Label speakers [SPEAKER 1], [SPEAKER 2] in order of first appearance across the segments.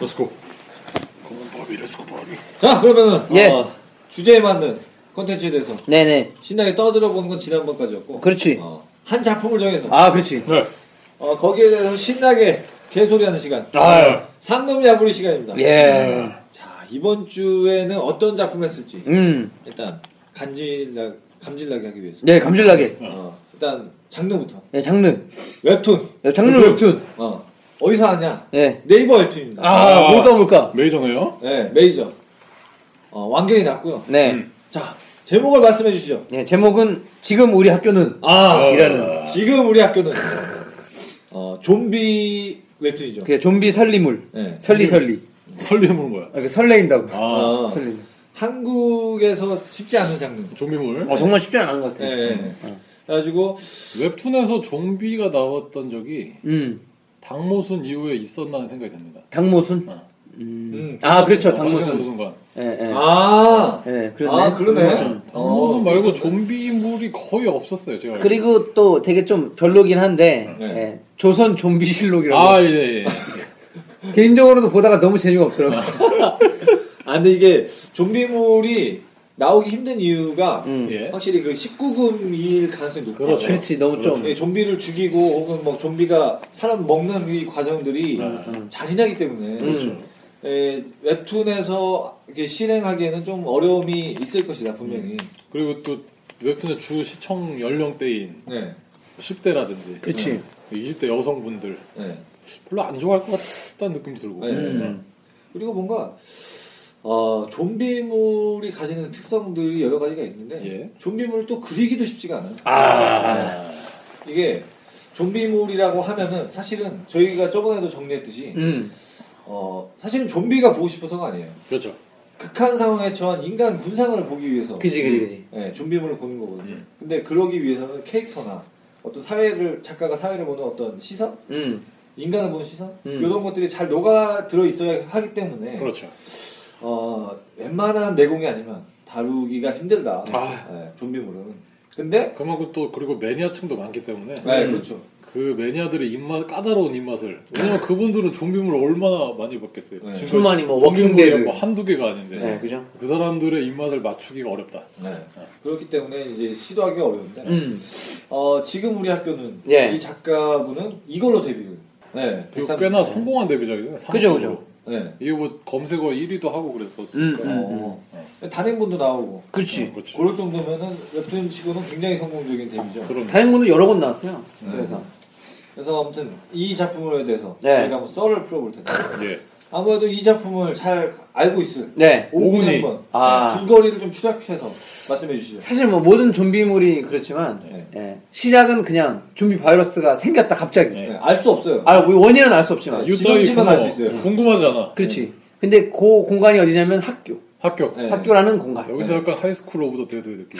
[SPEAKER 1] 렛츠고
[SPEAKER 2] 검은 바비 레스코 바비
[SPEAKER 1] 자 그러면은
[SPEAKER 3] 예.
[SPEAKER 1] 어, 주제에 맞는 컨텐츠에 대해서
[SPEAKER 3] 네네.
[SPEAKER 1] 신나게 떠들어 보는 건 지난번까지였고
[SPEAKER 3] 그렇지.
[SPEAKER 1] 어, 한 작품을 정해서
[SPEAKER 3] 아, 그렇지.
[SPEAKER 2] 네
[SPEAKER 1] 어, 거기에 대해서 신나게 개소리하는 시간 어,
[SPEAKER 3] 아.
[SPEAKER 1] 상놈야부리 시간입니다
[SPEAKER 3] 예.
[SPEAKER 1] 자 이번 주에는 어떤 작품을 했을지
[SPEAKER 3] 음.
[SPEAKER 1] 일단 간질나, 감질나게 하기 위해서
[SPEAKER 3] 네, 감질나게.
[SPEAKER 1] 어, 일단 장르부터
[SPEAKER 3] 네, 장르.
[SPEAKER 1] 웹툰
[SPEAKER 3] 네, 장르. 웹툰.
[SPEAKER 1] 어, 어디서 하냐
[SPEAKER 3] 예.
[SPEAKER 1] 네이버 웹툰입니다
[SPEAKER 3] 아,
[SPEAKER 2] 아.
[SPEAKER 3] 뭘까, 뭘까?
[SPEAKER 2] 메이저네요
[SPEAKER 1] 네, 메이저 어, 완경이 났고요
[SPEAKER 3] 네.
[SPEAKER 1] 자 제목을 말씀해 주시죠
[SPEAKER 3] 네, 제목은 지금 우리 학교는
[SPEAKER 1] 아
[SPEAKER 3] 이라는.
[SPEAKER 1] 지금 우리 학교는 어, 좀비 웹툰이죠.
[SPEAKER 3] 그 좀비 설리물.
[SPEAKER 1] 네.
[SPEAKER 3] 설리 설리.
[SPEAKER 2] 설리물 뭐야
[SPEAKER 3] 아, 그 설레인다고.
[SPEAKER 2] 아
[SPEAKER 1] 어,
[SPEAKER 3] 설레.
[SPEAKER 1] 한국에서 쉽지 않은 장르.
[SPEAKER 2] 좀비물
[SPEAKER 3] 어, 정말 쉽지 않은 것 같아.
[SPEAKER 1] 예, 예. 그래가지고
[SPEAKER 2] 웹툰에서 좀비가 나왔던 적이
[SPEAKER 3] 음.
[SPEAKER 2] 당모순 이후에 있었나는 생각이 듭니다
[SPEAKER 3] 당모순.
[SPEAKER 2] 어.
[SPEAKER 3] 음.
[SPEAKER 1] 음.
[SPEAKER 3] 아, 그렇죠.
[SPEAKER 2] 어, 당시에는
[SPEAKER 3] 당모순.
[SPEAKER 2] 무슨 관
[SPEAKER 3] 예, 예.
[SPEAKER 1] 아,
[SPEAKER 3] 예, 그렇네.
[SPEAKER 1] 아 그러네.
[SPEAKER 2] 당모순
[SPEAKER 1] 어,
[SPEAKER 2] 말고 좀비물이 거의 없었어요 제가 알기로.
[SPEAKER 3] 그리고 또 되게 좀 별로긴 한데
[SPEAKER 1] 네.
[SPEAKER 3] 예, 조선 좀비 실록이라고
[SPEAKER 2] 아 예예 예.
[SPEAKER 3] 개인적으로도 보다가 너무 재미가 없더라고.
[SPEAKER 1] 아 근데 이게 좀비물이 나오기 힘든 이유가
[SPEAKER 3] 음.
[SPEAKER 2] 예.
[SPEAKER 1] 확실히 그 19금일 가능성이 높아요.
[SPEAKER 2] 그렇죠.
[SPEAKER 3] 그렇지 너무 좀
[SPEAKER 1] 예, 좀비를 죽이고 혹은 뭐 좀비가 사람 먹는 이 과정들이 잔인하기 때문에
[SPEAKER 3] 그렇죠.
[SPEAKER 1] 예, 웹툰에서 이렇게 실행하기에는 좀 어려움이 있을 것이다 분명히.
[SPEAKER 2] 그리고 또 웹툰의 주 시청 연령대인
[SPEAKER 1] 네.
[SPEAKER 2] 10대라든지
[SPEAKER 3] 그렇지.
[SPEAKER 2] 20대 여성분들
[SPEAKER 1] 네.
[SPEAKER 2] 별로 안 좋아할 것 같다는 느낌이 들고
[SPEAKER 1] 네.
[SPEAKER 3] 음.
[SPEAKER 1] 그리고 뭔가 어, 좀비물이 가지는 특성들이 여러 가지가 있는데
[SPEAKER 2] 예.
[SPEAKER 1] 좀비물을 또 그리기도 쉽지가 않아요. 네.
[SPEAKER 3] 아.
[SPEAKER 1] 이게 좀비물이라고 하면은 사실은 저희가 저번에도 정리했듯이
[SPEAKER 3] 음.
[SPEAKER 1] 어, 사실은 좀비가 보고 싶어서가 아니에요.
[SPEAKER 2] 그렇죠
[SPEAKER 1] 극한 상황에 처한 인간 군상을 보기 위해서
[SPEAKER 3] 그지 그지 그지.
[SPEAKER 1] 예, 좀비물을 보는 거거든요.
[SPEAKER 2] 음.
[SPEAKER 1] 근데 그러기 위해서는 캐릭터나 어떤 사회를 작가가 사회를 보는 어떤 시선,
[SPEAKER 3] 음.
[SPEAKER 1] 인간을 보는 시선
[SPEAKER 3] 음.
[SPEAKER 1] 이런 것들이 잘 녹아 들어 있어야 하기 때문에
[SPEAKER 2] 그렇죠
[SPEAKER 1] 어, 웬만한 내공이 아니면 다루기가 힘들다.
[SPEAKER 2] 아.
[SPEAKER 1] 예, 좀비물은. 근데
[SPEAKER 2] 그만큼 또 그리고 매니아층도 많기 때문에
[SPEAKER 1] 네,
[SPEAKER 3] 음.
[SPEAKER 1] 그렇죠.
[SPEAKER 2] 그 매니아들의 입맛 까다로운 입맛을 왜냐면 그분들은 좀비물 얼마나 많이 봤겠어요
[SPEAKER 1] 네.
[SPEAKER 2] 지금
[SPEAKER 3] 수많이 뭐
[SPEAKER 2] 좀비물이
[SPEAKER 3] 워킹데드.
[SPEAKER 2] 뭐 한두 개가 아닌데
[SPEAKER 3] 네, 그죠.
[SPEAKER 2] 그 사람들의 입맛을 맞추기가 어렵다
[SPEAKER 1] 네. 그렇기 때문에 이제 시도하기가 어려운데
[SPEAKER 3] 음.
[SPEAKER 1] 어, 지금 우리 학교는
[SPEAKER 3] 예.
[SPEAKER 1] 이 작가분은 이걸로 데뷔를. 네,
[SPEAKER 2] 그리고
[SPEAKER 1] 130.
[SPEAKER 2] 꽤나 성공한 데뷔작이에요
[SPEAKER 3] 그죠,
[SPEAKER 2] 상업적으로.
[SPEAKER 3] 그죠.
[SPEAKER 1] 네.
[SPEAKER 2] 이거 뭐 검색어 1위도 하고 그랬었을
[SPEAKER 3] 음,
[SPEAKER 2] 거예요
[SPEAKER 3] 음.
[SPEAKER 1] 어, 단행본도 나오고.
[SPEAKER 3] 그렇지.
[SPEAKER 2] 그렇지
[SPEAKER 1] 그럴 정도면은 웹툰 치고는 굉장히 성공적인 데뷔죠.
[SPEAKER 2] 그렇죠. 그럼
[SPEAKER 3] 다행군도 여러 권 나왔어요.
[SPEAKER 1] 네.
[SPEAKER 3] 그래서
[SPEAKER 1] 그래서 아무튼 이 작품에 대해서
[SPEAKER 3] 네.
[SPEAKER 1] 저희가 한번 썰을 풀어볼 텐데
[SPEAKER 2] 예
[SPEAKER 1] 아무래도 이 작품을 잘 알고 있을
[SPEAKER 3] 네.
[SPEAKER 1] 오군이
[SPEAKER 2] 오군이.
[SPEAKER 1] 한번
[SPEAKER 3] 아.
[SPEAKER 1] 줄거리를 좀 추락해서 말씀해 주시죠.
[SPEAKER 3] 사실 뭐 모든 좀비물이 그렇지만
[SPEAKER 1] 네.
[SPEAKER 3] 예. 시작은 그냥 좀비 바이러스가 생겼다 갑자기.
[SPEAKER 2] 네.
[SPEAKER 1] 알 수 없어요.
[SPEAKER 3] 아, 뭐 원인은 알 수 없지만.
[SPEAKER 1] 네.
[SPEAKER 2] 유따위
[SPEAKER 1] 지금쯤은
[SPEAKER 2] 궁금하-
[SPEAKER 1] 알수 있어요.
[SPEAKER 2] 궁금하지 않아
[SPEAKER 3] 그렇지. 근데 그 공간이 어디냐면 학교.
[SPEAKER 2] 합격
[SPEAKER 1] 네.
[SPEAKER 3] 학교라는 공간.
[SPEAKER 2] 여기서 약간 하이스쿨 오브 더 데드의 느낌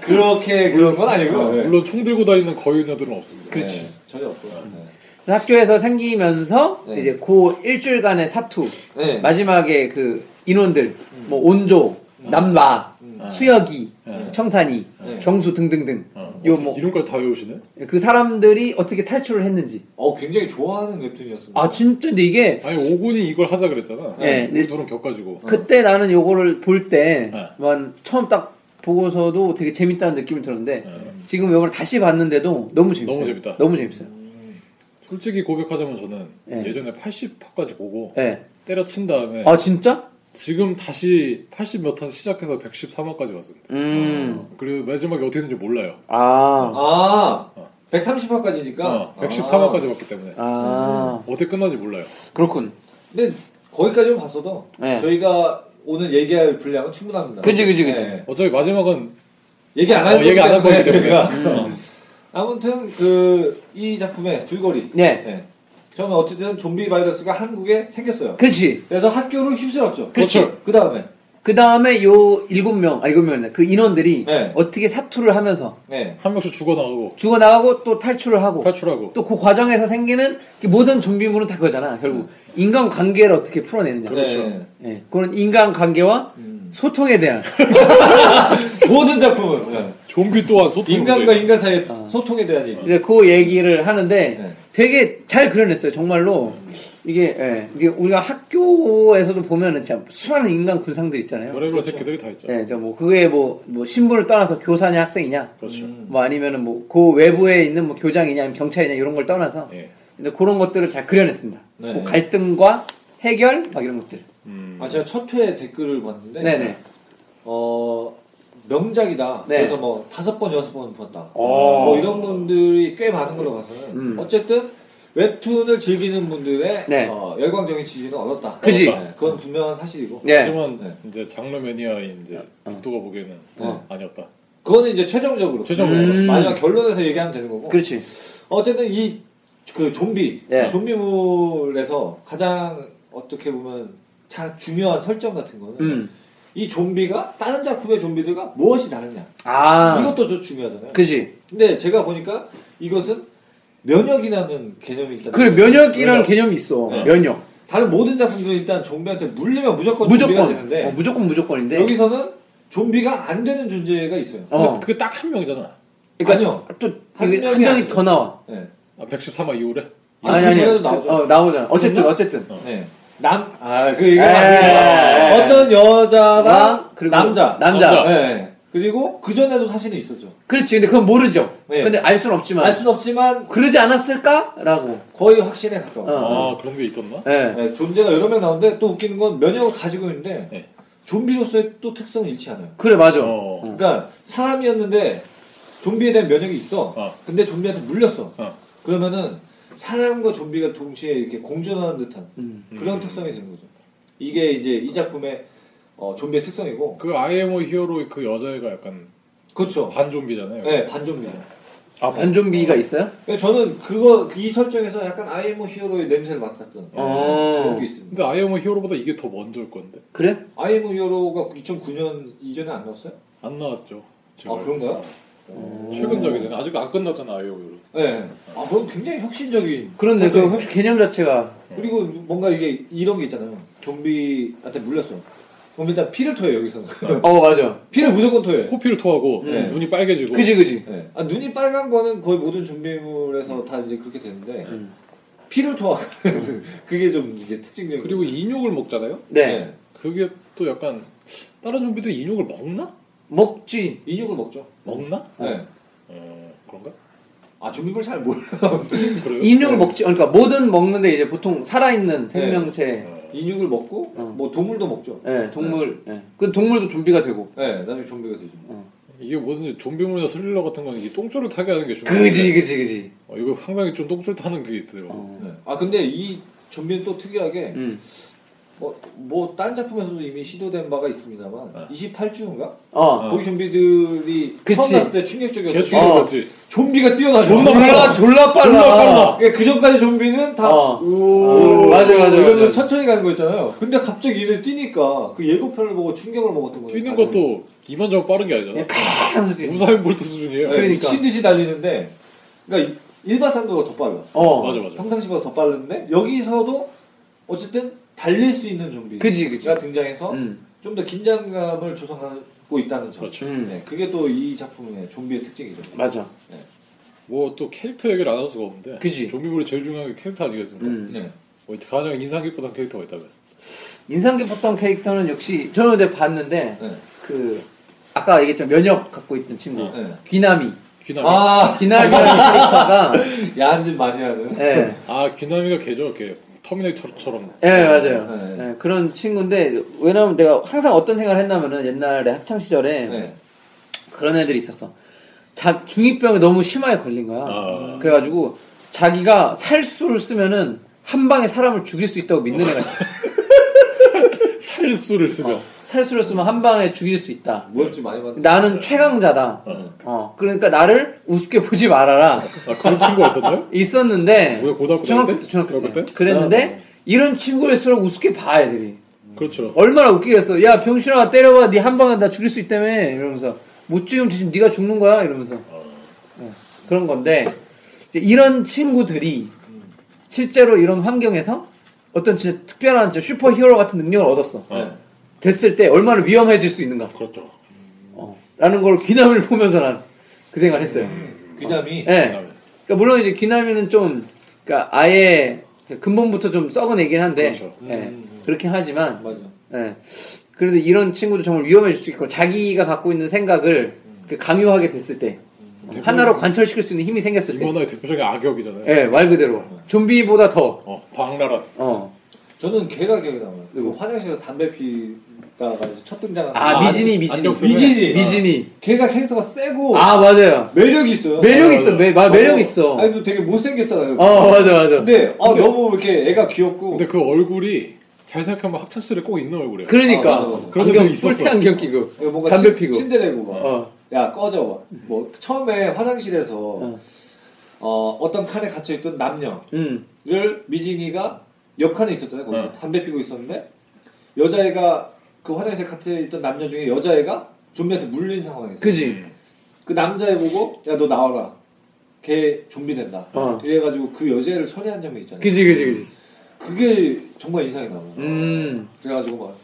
[SPEAKER 1] 그렇게 그런 건 아니고. 네.
[SPEAKER 2] 물론 총 들고 다니는 거위녀들은 없습니다 네.
[SPEAKER 1] 그렇지. 전혀 없고요.
[SPEAKER 2] 음.
[SPEAKER 3] 학교에서 생기면서
[SPEAKER 1] 네.
[SPEAKER 3] 이제 그 일주일간의 사투
[SPEAKER 1] 네.
[SPEAKER 3] 마지막에 그 인원들 뭐 온조, 남마, 수혁이,
[SPEAKER 2] 네.
[SPEAKER 3] 청산이,
[SPEAKER 1] 네.
[SPEAKER 3] 경수 등등등
[SPEAKER 2] 어,
[SPEAKER 3] 요
[SPEAKER 2] 어째-
[SPEAKER 3] 뭐
[SPEAKER 2] 이런 걸 다 외우시네
[SPEAKER 3] 그 사람들이 어떻게 탈출을 했는지
[SPEAKER 1] 어, 굉장히 좋아하는 웹툰이었습니다.
[SPEAKER 3] 아 진짜 근데 이게
[SPEAKER 2] 아니 오군이 이걸 하자 그랬잖아.
[SPEAKER 3] 네.
[SPEAKER 2] 우리 둘은 겪어지고.
[SPEAKER 3] 그때 나는 요거를 볼
[SPEAKER 2] 네.
[SPEAKER 3] 때만 처음 딱 보고서도 되게 재밌다는 느낌이 들었는데
[SPEAKER 2] 네.
[SPEAKER 3] 지금 요걸 다시 봤는데도 너무 재밌어요
[SPEAKER 2] 너무 재밌다.
[SPEAKER 3] 너무 재밌어요
[SPEAKER 2] 솔직히 고백하자면 저는
[SPEAKER 3] 네.
[SPEAKER 2] 예전에 80화까지 보고
[SPEAKER 3] 예.
[SPEAKER 2] 때려친 다음에
[SPEAKER 3] 아 진짜?
[SPEAKER 2] 지금 다시 80 몇 화 시작해서 113화까지 왔습니다.
[SPEAKER 3] 음.
[SPEAKER 2] 어, 그리고 마지막에 어떻게 되는지 몰라요.
[SPEAKER 3] 아.
[SPEAKER 1] 아,
[SPEAKER 2] 어.
[SPEAKER 1] 130화까지니까.
[SPEAKER 2] 어, 113화까지 왔기 때문에
[SPEAKER 3] 아.
[SPEAKER 2] 어떻게 끝나지 몰라요.
[SPEAKER 3] 그렇군.
[SPEAKER 1] 근데 거기까지만 봤어도
[SPEAKER 3] 예.
[SPEAKER 1] 저희가 오늘 얘기할 분량은 충분합니다.
[SPEAKER 3] 그지, 그지, 그지.
[SPEAKER 1] 예.
[SPEAKER 2] 어차피 마지막은
[SPEAKER 1] 얘기 안 하는 음.
[SPEAKER 2] 어, 얘기 안할 거기 때문에. 음. 어.
[SPEAKER 1] 저희가. 아무튼 그 이 작품의 줄거리.
[SPEAKER 3] 네.
[SPEAKER 1] 예. 저는 어쨌든 좀비 바이러스가 한국에 생겼어요.
[SPEAKER 3] 그렇지.
[SPEAKER 1] 그래서 학교로 휩쓸었죠.
[SPEAKER 3] 그치.
[SPEAKER 1] 그 다음에
[SPEAKER 3] 그 다음에 요 일곱 명, 아 일곱 명이네. 그 인원들이
[SPEAKER 1] 네.
[SPEAKER 3] 어떻게 사투를 하면서
[SPEAKER 1] 네.
[SPEAKER 2] 한 명씩 죽어나가고
[SPEAKER 3] 죽어 나가고 또 탈출을 하고
[SPEAKER 2] 탈출하고
[SPEAKER 3] 또 그 과정에서 생기는 그 모든 좀비물은 다 그거잖아. 결국 인간 관계를 어떻게 풀어내느냐.
[SPEAKER 1] 음. 그렇죠.
[SPEAKER 3] 네. 예, 그런 인간 관계와
[SPEAKER 1] 음.
[SPEAKER 3] 소통에 대한
[SPEAKER 1] 모든 작품은 예.
[SPEAKER 2] 좀비 또한 소통이
[SPEAKER 1] 인간과 인간 사이의
[SPEAKER 3] 아.
[SPEAKER 1] 소통에 대한 얘기.
[SPEAKER 3] 이제 그 얘기를 하는데
[SPEAKER 1] 네.
[SPEAKER 3] 되게 잘 그려냈어요. 정말로 이게 예, 이게 우리가 학교에서도 보면은 참 수많은 인간 군상들 있잖아요.
[SPEAKER 1] 그렇죠.
[SPEAKER 2] 별의별 새끼들이 다 있죠.
[SPEAKER 3] 예, 저뭐 그게 뭐, 뭐 신분을 떠나서 교사냐 학생이냐
[SPEAKER 2] 그렇죠.
[SPEAKER 1] 음.
[SPEAKER 3] 뭐 아니면은 뭐 그 외부에 있는 뭐 교장이냐 아니면 경찰이냐 이런 걸 떠나서
[SPEAKER 2] 예.
[SPEAKER 3] 근데 그런 것들을 잘 그려냈습니다.
[SPEAKER 1] 네.
[SPEAKER 3] 그 갈등과 해결 막 이런 것들.
[SPEAKER 2] 음.
[SPEAKER 1] 아 제가 첫 회 댓글을 봤는데
[SPEAKER 3] 네, 네.
[SPEAKER 1] 어 명작이다.
[SPEAKER 3] 네.
[SPEAKER 1] 그래서 뭐 다섯 번 여섯 번 봤다.
[SPEAKER 2] 어.
[SPEAKER 1] 뭐 이런 분들이 꽤 많은 걸로 봐서는
[SPEAKER 3] 음.
[SPEAKER 1] 어쨌든 웹툰을 즐기는 분들의
[SPEAKER 3] 네.
[SPEAKER 1] 어, 열광적인 지지는 얻었다.
[SPEAKER 3] 그지?
[SPEAKER 1] 네, 그건 분명한 사실이고.
[SPEAKER 3] 예.
[SPEAKER 2] 하지만
[SPEAKER 1] 네.
[SPEAKER 2] 이제 장르 매니아인 이제 국도가 보기에는
[SPEAKER 3] 어.
[SPEAKER 2] 아니었다.
[SPEAKER 1] 그거는 이제 최종적으로
[SPEAKER 2] 최종적으로.
[SPEAKER 3] 음.
[SPEAKER 1] 마지막 결론에서 얘기하면 되는 거고.
[SPEAKER 3] 그렇지.
[SPEAKER 1] 어쨌든 이 그 좀비
[SPEAKER 3] 네.
[SPEAKER 1] 좀비물에서 가장 어떻게 보면 자, 중요한 설정 같은 거는
[SPEAKER 3] 음.
[SPEAKER 1] 이 좀비가 다른 작품의 좀비들과 무엇이 다르냐
[SPEAKER 3] 아.
[SPEAKER 1] 이것도 좀 중요하잖아요.
[SPEAKER 3] 그지.
[SPEAKER 1] 근데 제가 보니까 이것은 면역이라는 개념이 일단
[SPEAKER 3] 그래 면역이라는
[SPEAKER 2] 면역.
[SPEAKER 3] 개념이 있어.
[SPEAKER 1] 네.
[SPEAKER 3] 면역.
[SPEAKER 1] 다른 모든 작품들은 일단 좀비한테 물리면 무조건, 좀비가
[SPEAKER 3] 무조건.
[SPEAKER 1] 되는데
[SPEAKER 3] 어, 무조건 무조건인데.
[SPEAKER 1] 여기서는 좀비가 안 되는 존재가 있어요.
[SPEAKER 3] 어.
[SPEAKER 2] 그게 딱 한 명이잖아.
[SPEAKER 1] 아니요.
[SPEAKER 3] 그러니까 또한
[SPEAKER 1] 한
[SPEAKER 3] 명이,
[SPEAKER 1] 명이
[SPEAKER 3] 한 명이
[SPEAKER 1] 아니에요.
[SPEAKER 3] 더 나와.
[SPEAKER 1] 네.
[SPEAKER 2] 아, 113화 이후래?
[SPEAKER 1] 아, 그 제가도 나오죠.
[SPEAKER 3] 어, 나오잖아. 어쨌든 어쨌든.
[SPEAKER 2] 어.
[SPEAKER 1] 네. 남, 아, 그 얘기가
[SPEAKER 3] 에이.
[SPEAKER 1] 아니라 어떤 여자랑
[SPEAKER 3] 그리고
[SPEAKER 1] 남자.
[SPEAKER 3] 남자. 음.
[SPEAKER 2] 남자.
[SPEAKER 1] 네. 그리고 그전에도 사실은 있었죠.
[SPEAKER 3] 그렇지. 근데 그건 모르죠.
[SPEAKER 1] 네.
[SPEAKER 3] 근데 알 수는 없지만.
[SPEAKER 1] 알 순 없지만
[SPEAKER 3] 그러지 않았을까라고.
[SPEAKER 1] 거의 확신에 가까워.
[SPEAKER 3] 어.
[SPEAKER 2] 아, 그런 게 있었나?
[SPEAKER 3] 예.
[SPEAKER 1] 네, 존재가 여러 명 나오는데 또 웃기는 건 면역을 가지고 있는데
[SPEAKER 2] 네.
[SPEAKER 1] 좀비로서의 또 특성은 잃지 않아요.
[SPEAKER 3] 그래 맞아.
[SPEAKER 2] 어.
[SPEAKER 3] 응.
[SPEAKER 1] 그러니까 사람이었는데 좀비에 대한 면역이 있어.
[SPEAKER 2] 어.
[SPEAKER 1] 근데 좀비한테 물렸어.
[SPEAKER 2] 어.
[SPEAKER 1] 그러면은 사람과 좀비가 동시에 이렇게 공존하는 듯한
[SPEAKER 3] 음.
[SPEAKER 1] 그런
[SPEAKER 2] 음.
[SPEAKER 1] 특성이 되는 거죠. 이게 이제 이 작품의 어, 좀비의 특성이고
[SPEAKER 2] 그 IMO 히어로의 그 여자애가 약간
[SPEAKER 1] 그렇죠.
[SPEAKER 2] 반좀비잖아요.
[SPEAKER 1] 네, 반좀비죠.
[SPEAKER 3] 아 반좀비가 있어요?
[SPEAKER 1] 그러니까 저는 그거 이 설정에서 약간 아이엠오 히어로의 냄새를 맡았던
[SPEAKER 3] 어.
[SPEAKER 1] 그런 게 있습니다.
[SPEAKER 2] 근데 아이엠오 히어로보다 이게 더 먼저일 건데.
[SPEAKER 3] 그래?
[SPEAKER 1] 아이엠오 히어로가 2009년 이전에 안 나왔어요?
[SPEAKER 2] 안 나왔죠. 제가. 네.
[SPEAKER 1] 아 그런가요?
[SPEAKER 2] 최근작이잖아요. 아직 안 끝났잖아, 아이엠오 히어로.
[SPEAKER 1] 네. 아 그럼 굉장히 혁신적인.
[SPEAKER 3] 그런데 그
[SPEAKER 1] 설정이-
[SPEAKER 3] 혹시 개념 자체가
[SPEAKER 1] 그리고 뭔가 이게 이런 게 있잖아요. 좀비한테 물렸어. 그럼 일단 피를 토해 여기서는.
[SPEAKER 3] 어 맞아.
[SPEAKER 1] 피를 무조건 토해.
[SPEAKER 2] 코피를 토하고
[SPEAKER 1] 네.
[SPEAKER 2] 눈이 빨개지고.
[SPEAKER 3] 그지 그지.
[SPEAKER 1] 네. 아, 눈이 빨간 거는 거의 모든 좀비물에서 다 이제 그렇게 되는데
[SPEAKER 3] 음.
[SPEAKER 1] 피를 토하. 그게 좀 이게 특징적인.
[SPEAKER 2] 그리고 인욕을 먹잖아요.
[SPEAKER 3] 네.
[SPEAKER 2] 그게 또 약간 다른 좀비들이 인욕을 먹나?
[SPEAKER 3] 먹지.
[SPEAKER 1] 인육을 먹죠.
[SPEAKER 2] 먹나?
[SPEAKER 1] 네.
[SPEAKER 2] 어, 그런가?
[SPEAKER 1] 아 좀비물 잘 몰라.
[SPEAKER 2] 그래요?
[SPEAKER 3] 인육을
[SPEAKER 1] 네.
[SPEAKER 3] 먹지. 그러니까 뭐든 먹는데 이제 보통 살아있는 생명체,
[SPEAKER 2] 어.
[SPEAKER 1] 인육을 먹고
[SPEAKER 3] 어.
[SPEAKER 1] 뭐 동물도 먹죠.
[SPEAKER 3] 예, 동물, 예. 그 동물도 좀비가 되고.
[SPEAKER 1] 네, 나중에 좀비가 되죠.
[SPEAKER 2] 이게 뭐든지 좀비물이나 스릴러 같은 건 이게 똥줄을 타게 하는 게 중요해요.
[SPEAKER 3] 그지 그지 그지.
[SPEAKER 2] 어, 이거 상당히 좀 똥줄 타는 게 있어요.
[SPEAKER 3] 네. 어.
[SPEAKER 1] 네. 아 근데 이 좀비는 또 특이하게
[SPEAKER 3] 음.
[SPEAKER 1] 뭐딴 작품에서도 이미 시도된 바가 있습니다만
[SPEAKER 2] 네.
[SPEAKER 1] 28주인가
[SPEAKER 3] 어.
[SPEAKER 1] 거기 좀비들이
[SPEAKER 3] 그치.
[SPEAKER 1] 처음 났을 때
[SPEAKER 2] 개
[SPEAKER 1] 충격적이었죠.
[SPEAKER 2] 중요한 거지.
[SPEAKER 1] 좀비가 뛰어나죠.
[SPEAKER 2] 존나
[SPEAKER 3] 졸라 졸라 빨라.
[SPEAKER 2] 졸라 빨라.
[SPEAKER 1] 그 전까지 좀비는 다
[SPEAKER 3] 어.
[SPEAKER 1] 오,
[SPEAKER 3] 어, 맞아, 맞아,
[SPEAKER 1] 이러면
[SPEAKER 3] 맞아.
[SPEAKER 1] 천천히 가는 거 있잖아요. 근데 갑자기 얘네 뛰니까 그 예고편을 보고 충격을 먹었던 거예요.
[SPEAKER 2] 뛰는
[SPEAKER 1] 다들.
[SPEAKER 2] 것도 이만저만 빠른 게
[SPEAKER 3] 그냥
[SPEAKER 2] 아니잖아.
[SPEAKER 3] 캬. 예, 하면서
[SPEAKER 2] 우사인 볼트 수준이에요.
[SPEAKER 1] 네,
[SPEAKER 3] 그러니까.
[SPEAKER 1] 미친 듯이 달리는데, 그러니까 일바상도가 더 빨라.
[SPEAKER 3] 어.
[SPEAKER 2] 맞아 맞아.
[SPEAKER 1] 평상시보다 더 빠른데 여기서도 어쨌든 달릴 수 있는 좀비가
[SPEAKER 3] 그지 그지.
[SPEAKER 1] 등장해서
[SPEAKER 3] 음.
[SPEAKER 1] 좀 더 긴장감을 조성하고 있다는 점.
[SPEAKER 2] 그렇죠.
[SPEAKER 3] 음.
[SPEAKER 1] 네, 그게 또 이 작품의 좀비의 특징이죠.
[SPEAKER 3] 맞아.
[SPEAKER 2] 뭐 또 캐릭터 얘기를 안 할 수가 없는데.
[SPEAKER 3] 그지.
[SPEAKER 2] 좀비물이 제일 중요한 게 캐릭터 아니겠습니까?
[SPEAKER 3] 음.
[SPEAKER 1] 네.
[SPEAKER 2] 뭐 가장 인상 깊었던 캐릭터가 있다면.
[SPEAKER 3] 인상 깊었던 캐릭터는 역시 저는 근데 봤는데
[SPEAKER 1] 네.
[SPEAKER 3] 그 아까 얘기했지만 면역 갖고 있던 친구
[SPEAKER 1] 네.
[SPEAKER 3] 귀남이
[SPEAKER 2] 귀남이. 아,
[SPEAKER 1] 아,
[SPEAKER 3] 기나비라는 캐릭터가
[SPEAKER 1] 야한 짓 많이 하는.
[SPEAKER 3] 예.
[SPEAKER 2] 아, 귀남이가 걔죠. 이렇게 터미네이터처럼.
[SPEAKER 3] 예, 맞아요.
[SPEAKER 1] 네.
[SPEAKER 3] 예, 그런 친구인데 왜냐면 내가 항상 어떤 생각을 했냐면은 옛날에 학창 시절에
[SPEAKER 1] 네.
[SPEAKER 3] 그런 애들이 있었어. 자 중이병이 너무 심하게 걸린 거야.
[SPEAKER 2] 아.
[SPEAKER 3] 그래가지고 자기가 살수를 쓰면은 한 방에 사람을 죽일 수 있다고 믿는 애가 있어.
[SPEAKER 2] 살수를 쓰면.
[SPEAKER 3] 살수를 쓰면 한 방에 죽일 수 있다.
[SPEAKER 1] 뭘좀 많이 봤는데.
[SPEAKER 3] 나는 최강자다.
[SPEAKER 2] 네. 어.
[SPEAKER 3] 어, 그러니까 나를 우습게 보지 말아라.
[SPEAKER 2] 아, 그런 친구가 있었나요?
[SPEAKER 3] 있었는데
[SPEAKER 2] 우리가 고등학교
[SPEAKER 3] 중학교
[SPEAKER 2] 때?
[SPEAKER 3] 때 중학교 때
[SPEAKER 2] 중학교 때? 아, 네.
[SPEAKER 3] 그랬는데 이런 친구일수록 우습게 봐 애들이.
[SPEAKER 2] 그렇죠.
[SPEAKER 3] 얼마나 웃기겠어. 야 병신아 때려봐. 네 한 방에 나 죽일 수 있다며. 이러면서 못 죽이면 지금 네가 죽는 거야. 이러면서
[SPEAKER 2] 어.
[SPEAKER 3] 네, 그런 건데 이제 이런 친구들이 실제로 이런 환경에서 어떤 진짜 특별한 진짜 슈퍼히어로 같은 능력을 얻었어.
[SPEAKER 2] 어.
[SPEAKER 3] 됐을 때 얼마나 위험해질 수 있는가.
[SPEAKER 2] 그렇죠.
[SPEAKER 3] 어, 라는 걸 귀남을 보면서 난 그 생각을 했어요.
[SPEAKER 2] 음.
[SPEAKER 1] 귀남이.
[SPEAKER 3] 예.
[SPEAKER 2] 귀남이.
[SPEAKER 3] 그러니까 물론 이제 귀남이는 좀, 그러니까 아예 근본부터 좀 썩은 애긴 한데,
[SPEAKER 2] 그렇죠.
[SPEAKER 3] 예. 그렇긴 하지만,
[SPEAKER 1] 맞아.
[SPEAKER 3] 예. 그래도 이런 친구도 정말 위험해질 수 있고, 자기가 갖고 있는 생각을 그 강요하게 됐을 때, 하나로 관철시킬 수 있는 힘이 생겼을 때,
[SPEAKER 2] 이만화의 대표적인 악역이잖아요.
[SPEAKER 3] 예, 말 그대로. 좀비보다 더,
[SPEAKER 2] 어, 박나라.
[SPEAKER 3] 어.
[SPEAKER 1] 저는 걔가 기억이 남아요. 그
[SPEAKER 3] 누구?
[SPEAKER 1] 화장실에서 담배 피다가 이제 첫 등장한.
[SPEAKER 3] 아, 미진이, 미진이.
[SPEAKER 2] 안경 쓰고.
[SPEAKER 1] 미진이.
[SPEAKER 3] 미진이.
[SPEAKER 1] 걔가 캐릭터가 세고.
[SPEAKER 3] 아, 맞아요.
[SPEAKER 1] 매력이 있어요.
[SPEAKER 3] 매력 있어, 매, 마- 매력 있어.
[SPEAKER 1] 아니, 또 되게 못생겼잖아요.
[SPEAKER 3] 어, 맞아, 맞아.
[SPEAKER 1] 근데, 아,
[SPEAKER 2] 근데-
[SPEAKER 1] 너무 이렇게 애가 귀엽고.
[SPEAKER 2] 근데 그 얼굴이 잘 생각하면 학창시절에 꼭 있는 얼굴이에요.
[SPEAKER 3] 그러니까
[SPEAKER 1] 아, 맞아, 맞아.
[SPEAKER 2] 그런
[SPEAKER 3] 안경
[SPEAKER 2] 애들이 있었어.
[SPEAKER 3] 뿔테 안경 끼고
[SPEAKER 1] 이거 뭔가
[SPEAKER 3] 담배
[SPEAKER 1] 친-
[SPEAKER 3] 피고
[SPEAKER 1] 친데레고 막.
[SPEAKER 3] 어.
[SPEAKER 1] 야, 꺼져. 막. 뭐, 처음에 화장실에서,
[SPEAKER 3] 어.
[SPEAKER 1] 어. 어떤 칸에 갇혀있던
[SPEAKER 3] 음.
[SPEAKER 1] 남녀를 미진이가 옆칸에 있었잖아요. 거기서
[SPEAKER 3] 네.
[SPEAKER 2] 어.
[SPEAKER 1] 담배 피고 있었는데, 여자애가, 그 화장실에 갇혀있던 남녀 중에 여자애가 좀비한테 물린 상황이었어요.
[SPEAKER 3] 그지
[SPEAKER 1] 그 남자애 보고, 야, 너 나와라. 걔 좀비 된다.
[SPEAKER 3] 어.
[SPEAKER 1] 이래가지고 그 여자애를 처리한 장면 있잖아요.
[SPEAKER 3] 그지 그지 그지
[SPEAKER 1] 그게 정말 인상이 남아요.
[SPEAKER 3] 음
[SPEAKER 1] 그래가지고 막,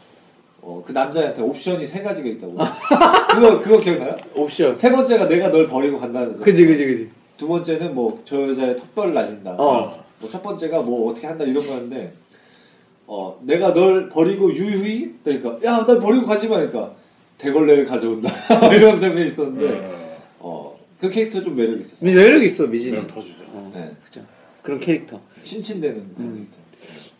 [SPEAKER 1] 어, 그 남자한테 옵션이 세 가지가 있다고. 그거, 그거 기억나요?
[SPEAKER 3] 옵션
[SPEAKER 1] 세 번째가 내가 널 버리고 간다는 거죠.
[SPEAKER 3] 그지 그지 그지
[SPEAKER 1] 두 번째는 뭐 저 여자의 턱뼈를 날린다.
[SPEAKER 3] 어.
[SPEAKER 1] 뭐 첫 번째가 뭐 어떻게 한다 이런 거였는데 어 내가 널 버리고 유유히 그러니까 야 날 버리고 가지 마니까 그러니까 대걸레를 가져온다 이런 장면이 있었는데
[SPEAKER 2] 네.
[SPEAKER 1] 어 그 캐릭터 좀 매력 있었어요.
[SPEAKER 3] 매력 있어
[SPEAKER 2] 그냥
[SPEAKER 3] 미진이
[SPEAKER 2] 터지죠.
[SPEAKER 1] 네
[SPEAKER 3] 그런 캐릭터
[SPEAKER 1] 신친되는 그런
[SPEAKER 3] 음.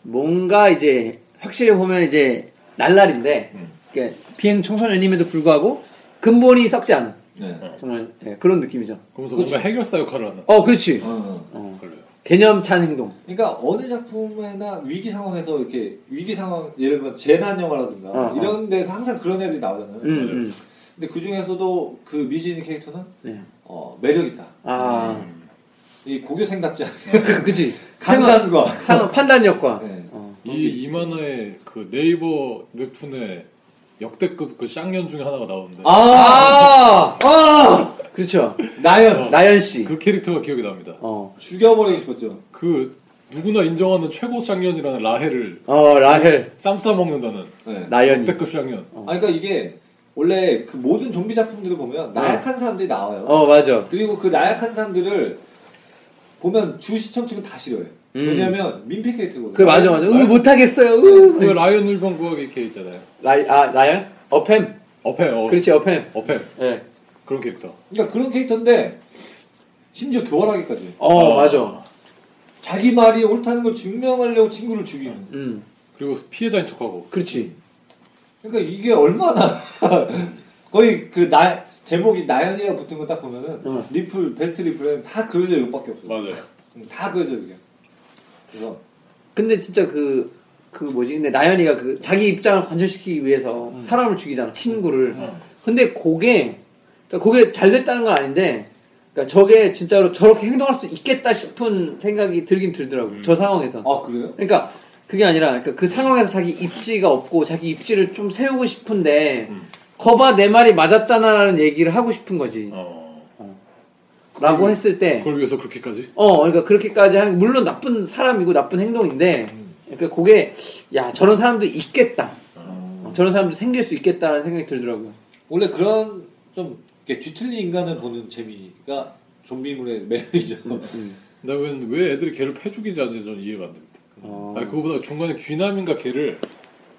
[SPEAKER 3] 뭔가 이제 확실히 보면 이제 날날인데 이렇게 비행 청소년임에도 불구하고 근본이 썩지 않은
[SPEAKER 1] 캐릭터. 네.
[SPEAKER 3] 정말 예, 그런 느낌이죠
[SPEAKER 2] 그러면서 뭔가 해결사 역할을 하는
[SPEAKER 3] 어 그렇지
[SPEAKER 1] 어, 어.
[SPEAKER 3] 어.
[SPEAKER 2] 걸려요.
[SPEAKER 3] 개념 찬 행동
[SPEAKER 1] 그러니까 어느 작품이나 위기 상황에서 이렇게 위기 상황 예를 들면 재난 영화라든가
[SPEAKER 3] 어, 어.
[SPEAKER 1] 이런 데서 항상 그런 애들이 나오잖아요.
[SPEAKER 3] 음,
[SPEAKER 1] 근데 그 중에서도 그 미진이 캐릭터는
[SPEAKER 3] 네.
[SPEAKER 1] 어, 매력 있다.
[SPEAKER 3] 음. 아
[SPEAKER 1] 이 고교생답지 않은
[SPEAKER 3] 그지
[SPEAKER 1] 강단과
[SPEAKER 3] 상황 판단력과
[SPEAKER 1] 네.
[SPEAKER 3] 어.
[SPEAKER 2] 이 이만화의 그 네이버 웹툰의 역대급 그 쌍년 중에 하나가
[SPEAKER 1] 아!
[SPEAKER 2] 나오는데
[SPEAKER 3] 아! 아! 그렇죠.
[SPEAKER 1] 나연
[SPEAKER 3] 나연 씨.
[SPEAKER 2] 그 캐릭터가 기억이 납니다.
[SPEAKER 3] 어.
[SPEAKER 1] 죽여버리고 싶었죠.
[SPEAKER 2] 그 누구나 인정하는 최고 쌍년이라는 라헬을
[SPEAKER 3] 어, 라헬.
[SPEAKER 2] 쌈 싸먹는다는
[SPEAKER 1] 네.
[SPEAKER 3] 나연이.
[SPEAKER 2] 역대급 쌍년.
[SPEAKER 1] 아, 그러니까 이게 원래 그 모든 좀비 작품들을 보면 나약한 사람들이 나와요.
[SPEAKER 3] 네. 어, 맞아.
[SPEAKER 1] 그리고 그 나약한 사람들을 보면 주 시청층은 다 싫어해. 요 왜냐면 민폐 캐릭터거든요.
[SPEAKER 3] 음. 그 맞아 맞아. 으 못하겠어요.
[SPEAKER 2] 그
[SPEAKER 3] 으.
[SPEAKER 2] 라이언 일병 구하기 걔 있잖아요.
[SPEAKER 3] 라이 아, 라연? 어팸.
[SPEAKER 2] 어펜 어,
[SPEAKER 3] 그렇지, 어팸.
[SPEAKER 2] 어펜
[SPEAKER 3] 예.
[SPEAKER 2] 그런 캐릭터.
[SPEAKER 1] 그러니까 그런 캐릭터인데 심지어 교활하기까지.
[SPEAKER 3] 어, 맞아.
[SPEAKER 1] 자기 말이 옳다는 걸 증명하려고 친구를 죽이는.
[SPEAKER 3] 음.
[SPEAKER 2] 그리고 피해자인 척하고
[SPEAKER 3] 그렇지.
[SPEAKER 1] 그러니까 이게 얼마나 거의 그 나 제목이 나연이라고 붙은 거 딱 보면은
[SPEAKER 3] 응.
[SPEAKER 1] 리플 베스트 리플에는 다 그 여자 욕밖에 없어. 요
[SPEAKER 2] 맞아요.
[SPEAKER 1] 다 그 여자 욕이야. 그래서
[SPEAKER 3] 근데 진짜 그, 그 뭐지? 근데 나연이가 그 자기 입장을 관철시키기 위해서 사람을 죽이잖아, 친구를. 근데 그게, 그러니까 그게 잘 됐다는 건 아닌데, 그러니까 저게 진짜로 저렇게 행동할 수 있겠다 싶은 생각이 들긴 들더라고, 요저 상황에서.
[SPEAKER 1] 아 그래요?
[SPEAKER 3] 그러니까 그게 아니라 그러니까 그 상황에서 자기 입지가 없고 자기 입지를 좀 세우고 싶은데 거봐 내 말이 맞았잖아라는 얘기를 하고 싶은 거지
[SPEAKER 2] 어,
[SPEAKER 3] 라고 했을 때
[SPEAKER 2] 그걸 위해서 그렇게까지?
[SPEAKER 3] 어, 그러니까 그렇게까지 한 물론 나쁜 사람이고 나쁜 행동인데 그러니까 그게 야 저런 사람도 있겠다 어, 저런 사람도 생길 수 있겠다라는 생각이 들더라고요
[SPEAKER 1] 원래 그런 좀 이렇게 뒤틀린 인간을 보는 재미가 좀비물의 매력이죠.
[SPEAKER 2] 근데 왜, 왜 애들이 걔를 패죽이지 않는지 저는 이해가 안 됩니다.
[SPEAKER 3] 어,
[SPEAKER 2] 아니 그거보다 중간에 귀남인가 걔를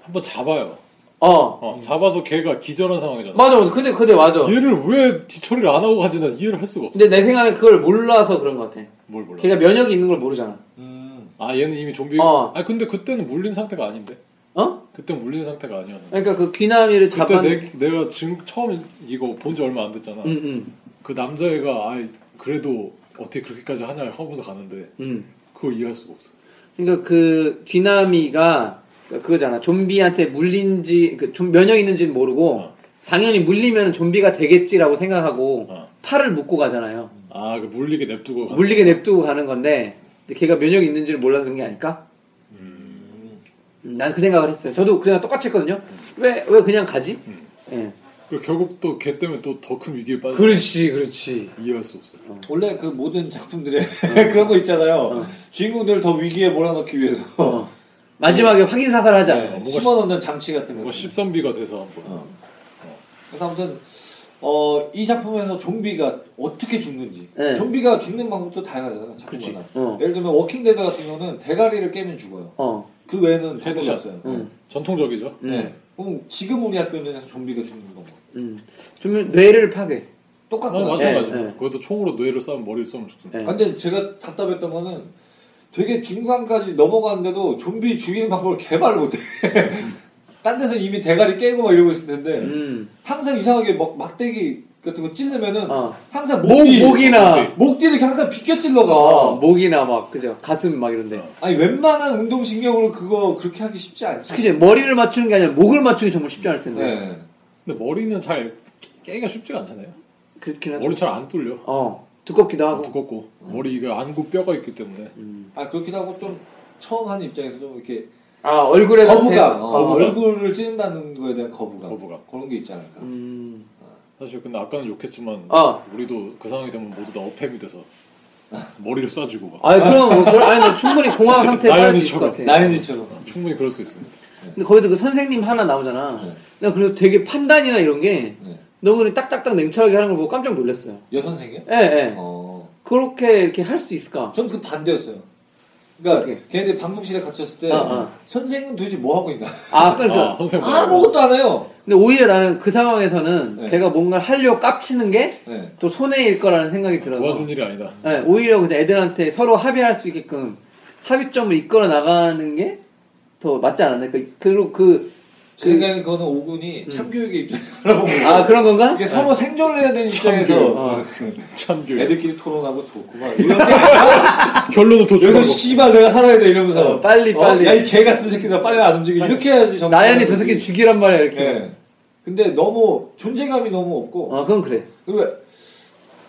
[SPEAKER 2] 한번 잡아요.
[SPEAKER 3] 어
[SPEAKER 2] 어, 잡아서 걔가 기절한 상황이잖아.
[SPEAKER 3] 맞아 맞아 근데 근데 맞아
[SPEAKER 2] 얘를 왜 뒤처리를 안 하고 가지? 난 이해를 할 수가 없어.
[SPEAKER 3] 근데 내 생각에 그걸 몰라서 그런 것 같아
[SPEAKER 2] 뭘 몰라.
[SPEAKER 3] 걔가 면역이 있는 걸 모르잖아
[SPEAKER 1] 음.
[SPEAKER 2] 아 얘는 이미 좀비.
[SPEAKER 3] 어.
[SPEAKER 2] 아 근데 그때는 물린 상태가 아닌데.
[SPEAKER 3] 어?
[SPEAKER 2] 그때 물린 상태가 아니었는데.
[SPEAKER 3] 그러니까 그 귀나미를
[SPEAKER 2] 그때
[SPEAKER 3] 잡아
[SPEAKER 2] 내, 내가 지금 처음 이거 본 지 얼마 안 됐잖아.
[SPEAKER 3] 응응
[SPEAKER 2] 그 남자애가 아 그래도 어떻게 그렇게까지 하냐 하고서 가는데
[SPEAKER 3] 응
[SPEAKER 2] 그걸 이해할 수가 없어.
[SPEAKER 3] 음. 그러니까 그 귀나미가 그러니까 그거잖아 좀비한테 물린지 그 좀 면역 있는지는 모르고
[SPEAKER 2] 어.
[SPEAKER 3] 당연히 물리면 좀비가 되겠지라고 생각하고
[SPEAKER 2] 어.
[SPEAKER 3] 팔을 묶고 가잖아요
[SPEAKER 2] 아그 물리게 냅두고 가는
[SPEAKER 3] 물리게 냅두고 가는 건데 근데 걔가 면역 있는지를 몰라서 그런 게 아닐까? 난 그 생각을 했어요. 저도 그 생각 똑같이 했거든요. 왜 왜 그냥 가지? 예.
[SPEAKER 2] 그리고 결국 또 걔 때문에 또 더 큰 위기에 빠져.
[SPEAKER 3] 그렇지, 그렇지.
[SPEAKER 2] 이해할 수 없어. 요
[SPEAKER 1] 원래 그 모든 작품들에 그런 거 있잖아요. 주인공들을 더 위기에 몰아넣기 위해서
[SPEAKER 3] 어. 마지막에 확인 사살하자.
[SPEAKER 1] 네,
[SPEAKER 2] 뭔가
[SPEAKER 1] 심어놓는 장치 같은 거.
[SPEAKER 2] 뭔가 십선비가 돼서 한번.
[SPEAKER 1] 어. 그래서 아무튼 어, 이 작품에서 좀비가 어떻게 죽는지
[SPEAKER 3] 네.
[SPEAKER 1] 좀비가 죽는 방법도 다양하잖아요.
[SPEAKER 3] 그렇지.
[SPEAKER 1] 작품마다.
[SPEAKER 3] 어.
[SPEAKER 1] 예를 들면 워킹데드 같은 경우는 대가리를 깨면 죽어요.
[SPEAKER 3] 어.
[SPEAKER 1] 그 외에는 방법이
[SPEAKER 2] 헤드샷.
[SPEAKER 1] 없어요.
[SPEAKER 3] 음.
[SPEAKER 2] 전통적이죠.
[SPEAKER 3] 음.
[SPEAKER 1] 네. 그럼 지금 우리 학교에서 좀비가 죽는 방법
[SPEAKER 3] 음. 좀 뇌를 파괴.
[SPEAKER 2] 아,
[SPEAKER 1] 똑같거든요.
[SPEAKER 2] 마찬가지.
[SPEAKER 3] 네, 네.
[SPEAKER 2] 그것도 총으로 뇌를 쏴면 머리를 쏘면 죽던데.
[SPEAKER 3] 예.
[SPEAKER 1] 근데 제가 답답했던 거는 되게 중간까지 넘어갔는데도 좀비 죽이는 방법을 개발 못해. 딴 데서 이미 대가리 깨고 막 이러고 있을 텐데
[SPEAKER 3] 음.
[SPEAKER 1] 항상 이상하게 막 막대기 같은 거 찔르면은
[SPEAKER 3] 어.
[SPEAKER 1] 항상
[SPEAKER 3] 목,
[SPEAKER 1] 목이
[SPEAKER 3] 목이나
[SPEAKER 1] 목뒤를 이렇게 항상 비껴 찔러가.
[SPEAKER 3] 어, 목이나 막 그죠. 가슴 막 이런데.
[SPEAKER 2] 어.
[SPEAKER 1] 아니 웬만한 운동 신경으로 그거 그렇게 하기 쉽지 않지.
[SPEAKER 3] 그치 머리를 맞추는 게 아니라 목을 맞추는 게 정말 쉽지 않을 텐데.
[SPEAKER 1] 네.
[SPEAKER 2] 근데 머리는 잘 깨기가 쉽지가 않잖아요.
[SPEAKER 3] 그렇긴 하죠.
[SPEAKER 2] 머리 잘 안 뚫려.
[SPEAKER 3] 어. 두껍기도 하고.
[SPEAKER 2] 두껍고 머리가 안고 뼈가 있기 때문에
[SPEAKER 3] 음.
[SPEAKER 1] 아 그렇기도 하고 좀 처음 하는 입장에서 좀 이렇게
[SPEAKER 3] 아, 얼굴에
[SPEAKER 1] 거부감, 어,
[SPEAKER 2] 거부감.
[SPEAKER 1] 얼굴을 찌른다는 거에 대한 거부감,
[SPEAKER 2] 거부감.
[SPEAKER 1] 그런 게 있지 않을까.
[SPEAKER 3] 음.
[SPEAKER 2] 사실 근데 아까는 욕했지만
[SPEAKER 3] 어.
[SPEAKER 2] 우리도 그 상황이 되면 모두 다 어팸이 돼서 머리를 쏴주고 막
[SPEAKER 3] 아니 그럼 뭐, 그걸- 아니 뭐 충분히 공황 상태에 빠질 수 있을 것
[SPEAKER 2] 나연이처럼.
[SPEAKER 3] 같아.
[SPEAKER 1] 나연이처럼.
[SPEAKER 2] 충분히 그럴 수 있습니다.
[SPEAKER 3] 근데 거기서 그 선생님 하나 나오잖아.
[SPEAKER 1] 네.
[SPEAKER 3] 나 그래서 되게 판단이나 이런 게
[SPEAKER 1] 네.
[SPEAKER 3] 너무 그냥 딱딱딱 냉철하게 하는 걸 보고 깜짝 놀랐어요.
[SPEAKER 1] 여선생이요?
[SPEAKER 3] 예, 예.
[SPEAKER 1] 어.
[SPEAKER 3] 그렇게 이렇게 할 수 있을까?
[SPEAKER 1] 전 그 반대였어요. 그러니까
[SPEAKER 3] 어떻게?
[SPEAKER 1] 걔네들 방송실에 갇혔을 때
[SPEAKER 3] 어, 어.
[SPEAKER 1] 선생은 도대체 뭐 하고 있나?
[SPEAKER 3] 아, 그러니까.
[SPEAKER 2] 아, 선생님
[SPEAKER 1] 아무것도 안 해요.
[SPEAKER 3] 근데 오히려 나는 그 상황에서는
[SPEAKER 1] 네.
[SPEAKER 3] 걔가 뭔가를 하려고 깝치는 게 또
[SPEAKER 1] 네.
[SPEAKER 3] 손해일 거라는 생각이 들어서.
[SPEAKER 2] 도와준 일이 아니다.
[SPEAKER 3] 예, 오히려 그냥 애들한테 서로 합의할 수 있게끔 합의점을 이끌어 나가는 게 더 맞지 않았나? 그러니까 그리고 그,
[SPEAKER 1] 제 생각엔 그거는 오군이 참교육의 입장에서 알아보고
[SPEAKER 3] 아, 그런 건가?
[SPEAKER 1] 이게 서로 생존을 해야 되는 입장에서
[SPEAKER 3] 어.
[SPEAKER 2] 참교
[SPEAKER 1] 애들끼리 토론하고 좋구만. 이러면서
[SPEAKER 2] 결론은
[SPEAKER 1] 여기서
[SPEAKER 2] 도출하고
[SPEAKER 1] 씨발 내가 살아야 돼 이러면서
[SPEAKER 3] 어, 빨리,
[SPEAKER 1] 어,
[SPEAKER 3] 빨리.
[SPEAKER 1] 야, 이 개 같은 새끼들 빨리 안 움직여. 이렇게 해야지 정말.
[SPEAKER 3] 나연이 저 새끼 죽이란 말이야, 이렇게.
[SPEAKER 1] 예. 근데 너무 존재감이 너무 없고
[SPEAKER 3] 어, 그건 그래.
[SPEAKER 1] 그리고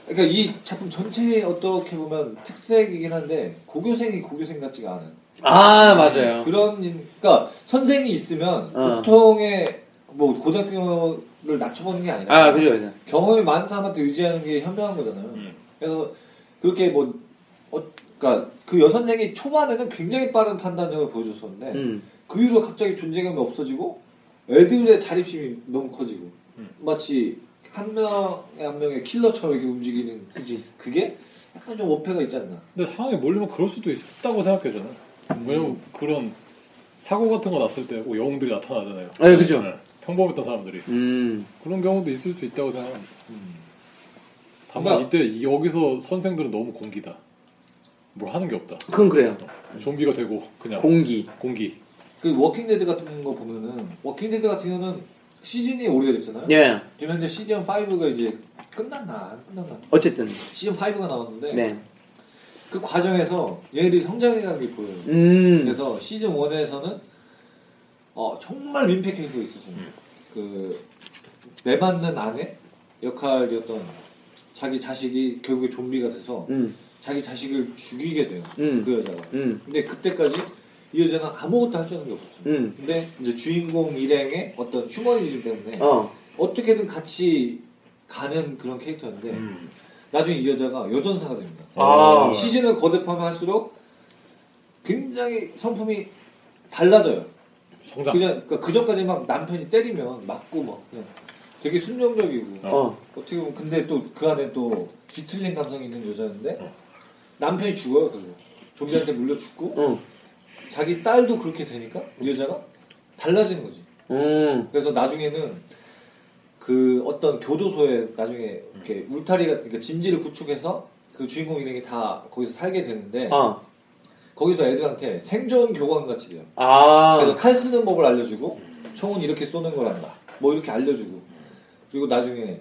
[SPEAKER 1] 그러니까 이 작품 전체에 어떻게 보면 특색이긴 한데 고교생이 고교생 같지가 않은
[SPEAKER 3] 아, 맞아요.
[SPEAKER 1] 그런 인- 그러니까 선생이 있으면
[SPEAKER 3] 어.
[SPEAKER 1] 보통의 뭐 고등학교를 낮춰보는 게 아니라
[SPEAKER 3] 아, 그죠, 그죠.
[SPEAKER 1] 경험이 많은 사람한테 의지하는 게 현명한 거잖아요.
[SPEAKER 2] 음.
[SPEAKER 1] 그래서 그렇게 뭐 어, 그러니까 그 여선생이 초반에는 굉장히 빠른 판단력을 보여줬었는데
[SPEAKER 3] 음.
[SPEAKER 1] 그 이후로 갑자기 존재감이 없어지고 애들의 자립심이 너무 커지고
[SPEAKER 2] 음.
[SPEAKER 1] 마치 한 명의 한 명의 킬러처럼 이렇게 움직이는
[SPEAKER 3] 그지.
[SPEAKER 1] 그게 약간 좀 어폐가 있지 않나.
[SPEAKER 2] 근데 상황에 몰리면 그럴 수도 있다고 생각해 저는. 왜냐면 그런 사고 같은 거 났을 때 꼭 영웅들이 나타나잖아요.
[SPEAKER 3] 네, 그죠.
[SPEAKER 2] 평범했던 사람들이
[SPEAKER 3] 음.
[SPEAKER 2] 그런 경우도 있을 수 있다고 생각합니다. 음. 다만
[SPEAKER 1] 그러니까-
[SPEAKER 2] 이때 여기서 선생들은 너무 공기다. 뭘 하는 게 없다.
[SPEAKER 3] 그건 그래요.
[SPEAKER 2] 좀비가 되고 그냥
[SPEAKER 3] 음. 공기.
[SPEAKER 2] 공기.
[SPEAKER 1] 그 워킹데드 같은 거 보면은 워킹데드 같은 경우는 시즌이 오래됐잖아요.
[SPEAKER 3] 예.
[SPEAKER 1] 지금 현재 시즌 5가 이제 끝났나 안 끝났나
[SPEAKER 3] 어쨌든.
[SPEAKER 1] 시즌 5가 나왔는데
[SPEAKER 3] 네.
[SPEAKER 1] 그 과정에서 얘네들이 성장해가는 게 보여요.
[SPEAKER 3] 음.
[SPEAKER 1] 그래서 시즌 1에서는 어, 정말 민폐 캐릭터가 있었습니다. 그 매맞는 아내 역할이었던 자기 자식이 결국에 좀비가 돼서
[SPEAKER 3] 음.
[SPEAKER 1] 자기 자식을 죽이게 돼요.
[SPEAKER 3] 음.
[SPEAKER 1] 그 여자가.
[SPEAKER 3] 음.
[SPEAKER 1] 근데 그때까지 이 여자는 아무것도 할 줄 아는 게 없었어요.
[SPEAKER 3] 음.
[SPEAKER 1] 근데 이제 주인공 일행의 어떤 휴머니즘 때문에
[SPEAKER 3] 어.
[SPEAKER 1] 어떻게든 같이 가는 그런 캐릭터인데 나중에 이 여자가 여전사가 됩니다. 어,
[SPEAKER 3] 아.
[SPEAKER 1] 시즌을 거듭하면 할수록 굉장히 성품이 달라져요.
[SPEAKER 2] 성장.
[SPEAKER 1] 그냥 그러니까 그 전까지 막 남편이 때리면 맞고 막 그냥 되게 순정적이고
[SPEAKER 2] 어.
[SPEAKER 3] 어.
[SPEAKER 1] 어떻게 보면 근데 또 그 안에 또 뒤틀린 감성이 있는 여자인데
[SPEAKER 2] 어.
[SPEAKER 1] 남편이 죽어요. 그리고 좀비한테 물려 죽고
[SPEAKER 3] 어.
[SPEAKER 1] 자기 딸도 그렇게 되니까 이 여자가 달라지는 거지.
[SPEAKER 3] 음.
[SPEAKER 1] 그래서 나중에는 그 어떤 교도소에 나중에
[SPEAKER 3] 음.
[SPEAKER 1] 이렇게 울타리 같은 그러니까 진지를 구축해서 그 주인공 일행이 다 거기서 살게 되는데
[SPEAKER 3] 아.
[SPEAKER 1] 거기서 애들한테 생존 교관 같이 돼요. 그래서
[SPEAKER 3] 아.
[SPEAKER 1] 칼 쓰는 법을 알려주고 총은 이렇게 쏘는 거란다. 뭐 이렇게 알려주고 그리고 나중에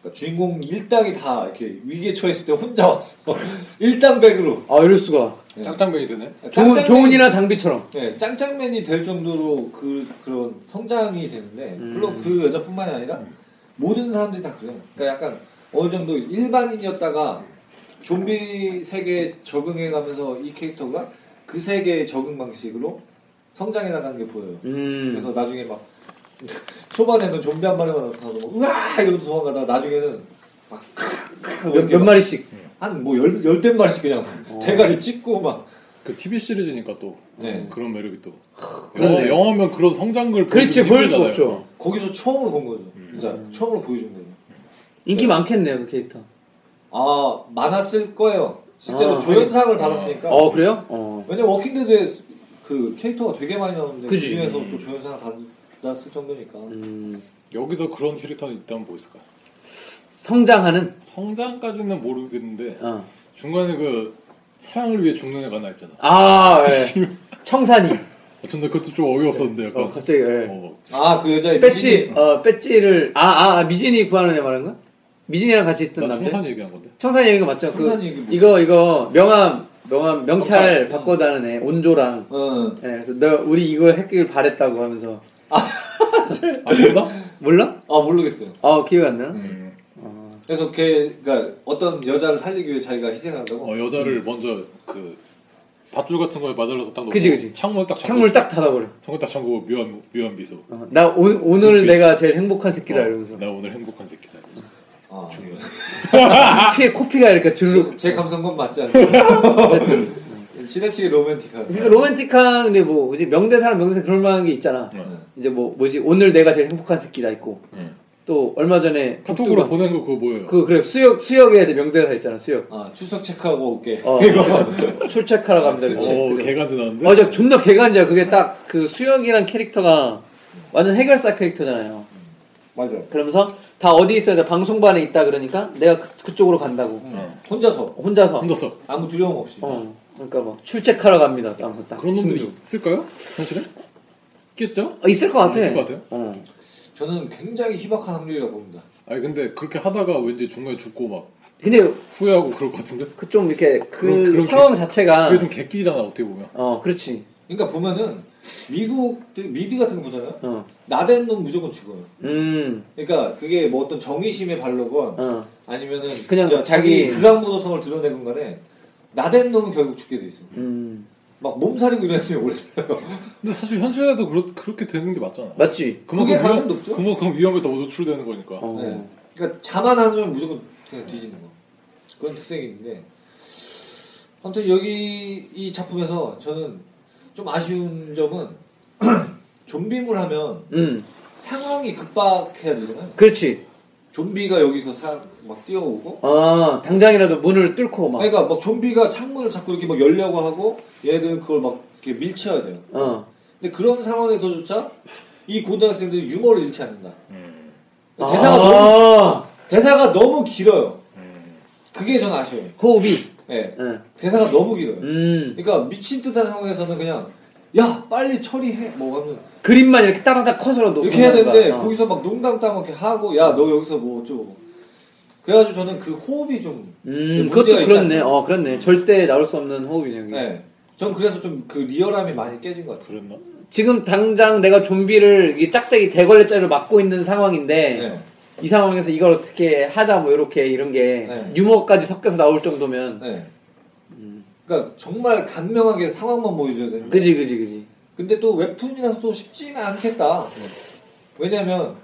[SPEAKER 1] 그러니까 주인공 일당이 다 이렇게 위기에 처했을 때 혼자 와서 일당백으로
[SPEAKER 3] 아, 이럴 수가.
[SPEAKER 2] 짱짱뱅이 되네.
[SPEAKER 3] 좋은,
[SPEAKER 1] 짱짱맨이-
[SPEAKER 3] 좋은이나 장비처럼.
[SPEAKER 1] 네, 짱짱맨이 될 정도로 그 그런 성장이 되는데
[SPEAKER 3] 음.
[SPEAKER 1] 물론 그 여자뿐만이 아니라 모든 사람들이 다 그래요. 그러니까 약간 어느 정도 일반인이었다가 좀비 세계에 적응해가면서 이 캐릭터가 그 세계에 적응 방식으로 성장해 나가는 게 보여요.
[SPEAKER 3] 음.
[SPEAKER 1] 그래서 나중에 막 초반에는 좀비 한 마리만 나타나서 막 우와 이러면서 도망가다가 나중에는
[SPEAKER 3] 몇, 몇 어. 마리씩.
[SPEAKER 1] 막한뭐열열댓 마리씩 그냥 대가리 찢고 막
[SPEAKER 2] 그 TV 시리즈니까 또
[SPEAKER 1] 네.
[SPEAKER 2] 그런 매력이 또. 영화,
[SPEAKER 3] 그렇네.
[SPEAKER 2] 영화면 그런 성장을
[SPEAKER 3] 그렇지,
[SPEAKER 2] 보여주기
[SPEAKER 3] 보일 수
[SPEAKER 2] 힘들잖아요.
[SPEAKER 3] 없죠.
[SPEAKER 1] 거기서 처음으로 본 거죠. 진짜 처음으로 보여준 거죠.
[SPEAKER 3] 인기 많겠네요, 그 캐릭터.
[SPEAKER 1] 아 많았을 거예요. 실제로
[SPEAKER 3] 아,
[SPEAKER 1] 조연상을 받았으니까.
[SPEAKER 3] 어, 그래요? 어.
[SPEAKER 1] 왜냐면 워킹데드에 그 캐릭터가 되게 많이 나오는데 그
[SPEAKER 3] 그지.
[SPEAKER 1] 중에서
[SPEAKER 2] 음.
[SPEAKER 1] 또 조연상을 받았을 정도니까.
[SPEAKER 3] 음.
[SPEAKER 2] 여기서 그런 캐릭터는 있다면 뭐 있을까?
[SPEAKER 3] 성장하는.
[SPEAKER 2] 성장까지는 모르겠는데
[SPEAKER 3] 어.
[SPEAKER 2] 중간에 그 사랑을 위해 죽는 애가 하나 있잖아.
[SPEAKER 3] 아, 예. 청산이.
[SPEAKER 2] 근데 그것도 좀 어이없었는데
[SPEAKER 3] 어,
[SPEAKER 2] 약간
[SPEAKER 3] 갑자기, 예.
[SPEAKER 2] 어,
[SPEAKER 1] 아 그 여자의
[SPEAKER 3] 배지,
[SPEAKER 1] 미진이.
[SPEAKER 3] 어, 배지를, 아, 아, 아, 미진이 구하는 애 말하는 거야? 미진이랑 같이 있던
[SPEAKER 2] 나
[SPEAKER 3] 남자?
[SPEAKER 2] 어, 청산 얘기한 건데.
[SPEAKER 3] 청산 얘기가 맞죠? 그,
[SPEAKER 1] 청산 얘기 뭐-
[SPEAKER 3] 이거, 이거, 명함, 명함, 명찰
[SPEAKER 1] 명찰.
[SPEAKER 3] 바꿔다는 애, 온조랑.
[SPEAKER 1] 응.
[SPEAKER 3] 예, 그래서 너, 우리 이걸 했길 바랬다고 하면서.
[SPEAKER 2] 아 그나?
[SPEAKER 3] 몰라?
[SPEAKER 1] 아 모르겠어요.
[SPEAKER 3] 어, 기억이 안 나나?
[SPEAKER 2] 음.
[SPEAKER 1] 그래서 걔 그러니까 어떤 여자를 살리기 위해 자기가 희생한다고.
[SPEAKER 2] 어 여자를 먼저 그 밧줄 같은 거에 맞으려서 딱 놓고
[SPEAKER 3] 음. 그지, 그지.
[SPEAKER 2] 창문을 딱
[SPEAKER 3] 창문을 딱 닫아버려.
[SPEAKER 2] 창문 딱 잠그고 묘한 묘한 미소.
[SPEAKER 3] 어, 나 오, 오늘
[SPEAKER 2] 눈빛.
[SPEAKER 3] 내가 제일 행복한 새끼다,
[SPEAKER 2] 어,
[SPEAKER 3] 이러면서.
[SPEAKER 2] 나 오늘 행복한 새끼다. 이러면서.
[SPEAKER 1] 아,
[SPEAKER 2] 죽는.
[SPEAKER 3] 코피에, 코피가 이렇게 주르륵.
[SPEAKER 1] 제 감성건 맞지 않나요? 지나치게 로맨틱한.
[SPEAKER 3] 그러니까 로맨틱한, 근데 뭐, 이제 명대사랑 명대사 그럴 만한 게 있잖아.
[SPEAKER 2] 응.
[SPEAKER 3] 이제 뭐, 뭐지, 오늘 내가 제일 행복한 새끼다 있고.
[SPEAKER 2] 응.
[SPEAKER 3] 또 얼마 전에
[SPEAKER 2] 카톡으로
[SPEAKER 3] 북두가-
[SPEAKER 2] 보낸 거 그거 뭐예요?
[SPEAKER 3] 그 그래 수역 수역에 대해 명대사 있잖아 수역
[SPEAKER 1] 아 출석 체크하고 올게.
[SPEAKER 3] 어, 출첵하러 갑니다
[SPEAKER 2] 어
[SPEAKER 3] 그죠?
[SPEAKER 2] 개간지 나는데.
[SPEAKER 3] 어, 저 존나 개간지야 그게 딱 그 수역이란 캐릭터가 완전 해결사 캐릭터잖아요
[SPEAKER 1] 맞아.
[SPEAKER 3] 그러면서 다 어디 있어야 돼 방송반에 있다 그러니까 내가 그, 쪽으로 간다고
[SPEAKER 2] 어.
[SPEAKER 1] 음. 혼자서
[SPEAKER 3] 혼자서
[SPEAKER 2] 혼자서
[SPEAKER 1] 아무 두려움 없이.
[SPEAKER 3] 어 그러니까 막 출첵하러 갑니다 딱, 하면서 딱
[SPEAKER 2] 그런 놈들이
[SPEAKER 3] 등등.
[SPEAKER 2] 있을까요? 사실은 있겠죠.
[SPEAKER 3] 어, 있을 것 같아
[SPEAKER 2] 있을 것 같아요?
[SPEAKER 3] 어.
[SPEAKER 1] 저는 굉장히 희박한 확률이라고 봅니다.
[SPEAKER 2] 아니 근데 그렇게 하다가 왠지 중간에 죽고 막
[SPEAKER 3] 근데
[SPEAKER 2] 후회하고 그럴 것 같은데.
[SPEAKER 3] 그 좀 이렇게 그
[SPEAKER 2] 그런- 그런
[SPEAKER 3] 상황
[SPEAKER 2] 캐릭-
[SPEAKER 3] 자체가
[SPEAKER 2] 그게 좀 객기잖아 어떻게 보면.
[SPEAKER 3] 어 그렇지
[SPEAKER 1] 그러니까 보면은 미국 미드 같은 거 보잖아요.
[SPEAKER 3] 어
[SPEAKER 1] 나댄 놈 무조건 죽어요.
[SPEAKER 3] 음
[SPEAKER 1] 그러니까 그게 뭐 어떤 정의심에 발로건
[SPEAKER 3] 어.
[SPEAKER 1] 아니면은
[SPEAKER 3] 그냥
[SPEAKER 1] 진짜
[SPEAKER 3] 자기-
[SPEAKER 1] 자기 극악무도성을 드러내건 간에 나댄 놈은 결국 죽게 돼 있어.
[SPEAKER 3] 음.
[SPEAKER 1] 막 몸살이고 이런 애들이 오래 살아요.
[SPEAKER 2] 근데 사실 현실에서 그렇, 그렇게 되는 게 맞잖아.
[SPEAKER 3] 맞지
[SPEAKER 1] 그게 가장 높죠.
[SPEAKER 2] 그만큼 위험에 더 노출되는 거니까.
[SPEAKER 3] 어.
[SPEAKER 1] 네. 그러니까 자만한 사람 무조건 그냥 뒤지는 거. 그런 특성이 있는데. 아무튼 여기 이 작품에서 저는 좀 아쉬운 점은 좀비물 하면
[SPEAKER 3] 음
[SPEAKER 1] 상황이 급박해야 되잖아요.
[SPEAKER 3] 그렇지
[SPEAKER 1] 좀비가 여기서 사, 막 뛰어오고.
[SPEAKER 3] 아, 당장이라도 문을 뚫고 막.
[SPEAKER 1] 그러니까 막 좀비가 창문을 자꾸 이렇게 막 열려고 하고 얘들은 그걸 막 이렇게 밀쳐야 돼요.
[SPEAKER 3] 어.
[SPEAKER 1] 근데 그런 상황에서조차 이 고등학생들이 유머를 잃지 않는다.
[SPEAKER 2] 음.
[SPEAKER 1] 그 대사가,
[SPEAKER 3] 아,
[SPEAKER 1] 너무, 대사가 너무 길어요. 그게 전 아쉬워요.
[SPEAKER 3] 호흡이.
[SPEAKER 1] 예.
[SPEAKER 3] 응.
[SPEAKER 1] 대사가 너무 길어요.
[SPEAKER 3] 음.
[SPEAKER 1] 그러니까 미친 듯한 상황에서는 그냥 야 빨리 처리해 뭐 하면
[SPEAKER 3] 그림만 이렇게 따라다 커서 놓고.
[SPEAKER 1] 이렇게 해야 되는데
[SPEAKER 3] 어.
[SPEAKER 1] 거기서 막 농담 따먹 이렇게 하고 야 너 여기서 뭐 어쩌고 그래가지고 저는 그 호흡이 좀
[SPEAKER 3] 음,
[SPEAKER 1] 문제가
[SPEAKER 3] 그것도
[SPEAKER 1] 있지
[SPEAKER 3] 그렇네.
[SPEAKER 1] 않나요?
[SPEAKER 3] 어, 그렇네. 절대 나올 수 없는 호흡이네. 그게.
[SPEAKER 1] 네. 전 그래서 좀 그 리얼함이 많이 깨진 것 같아요.
[SPEAKER 2] 그랬나?
[SPEAKER 3] 네. 지금 당장 내가 좀비를 이 짝대기 대걸레째로 막고 있는 상황인데
[SPEAKER 1] 네.
[SPEAKER 3] 이 상황에서 이걸 어떻게 하자 뭐 이렇게 이런 게
[SPEAKER 1] 네.
[SPEAKER 3] 유머까지 섞여서 나올 정도면
[SPEAKER 1] 네. 그러니까 정말 간명하게 상황만 보여줘야 되는데
[SPEAKER 3] 그지 그지 그지.
[SPEAKER 1] 근데 또 웹툰이라서 또 쉽지는 않겠다. 왜냐면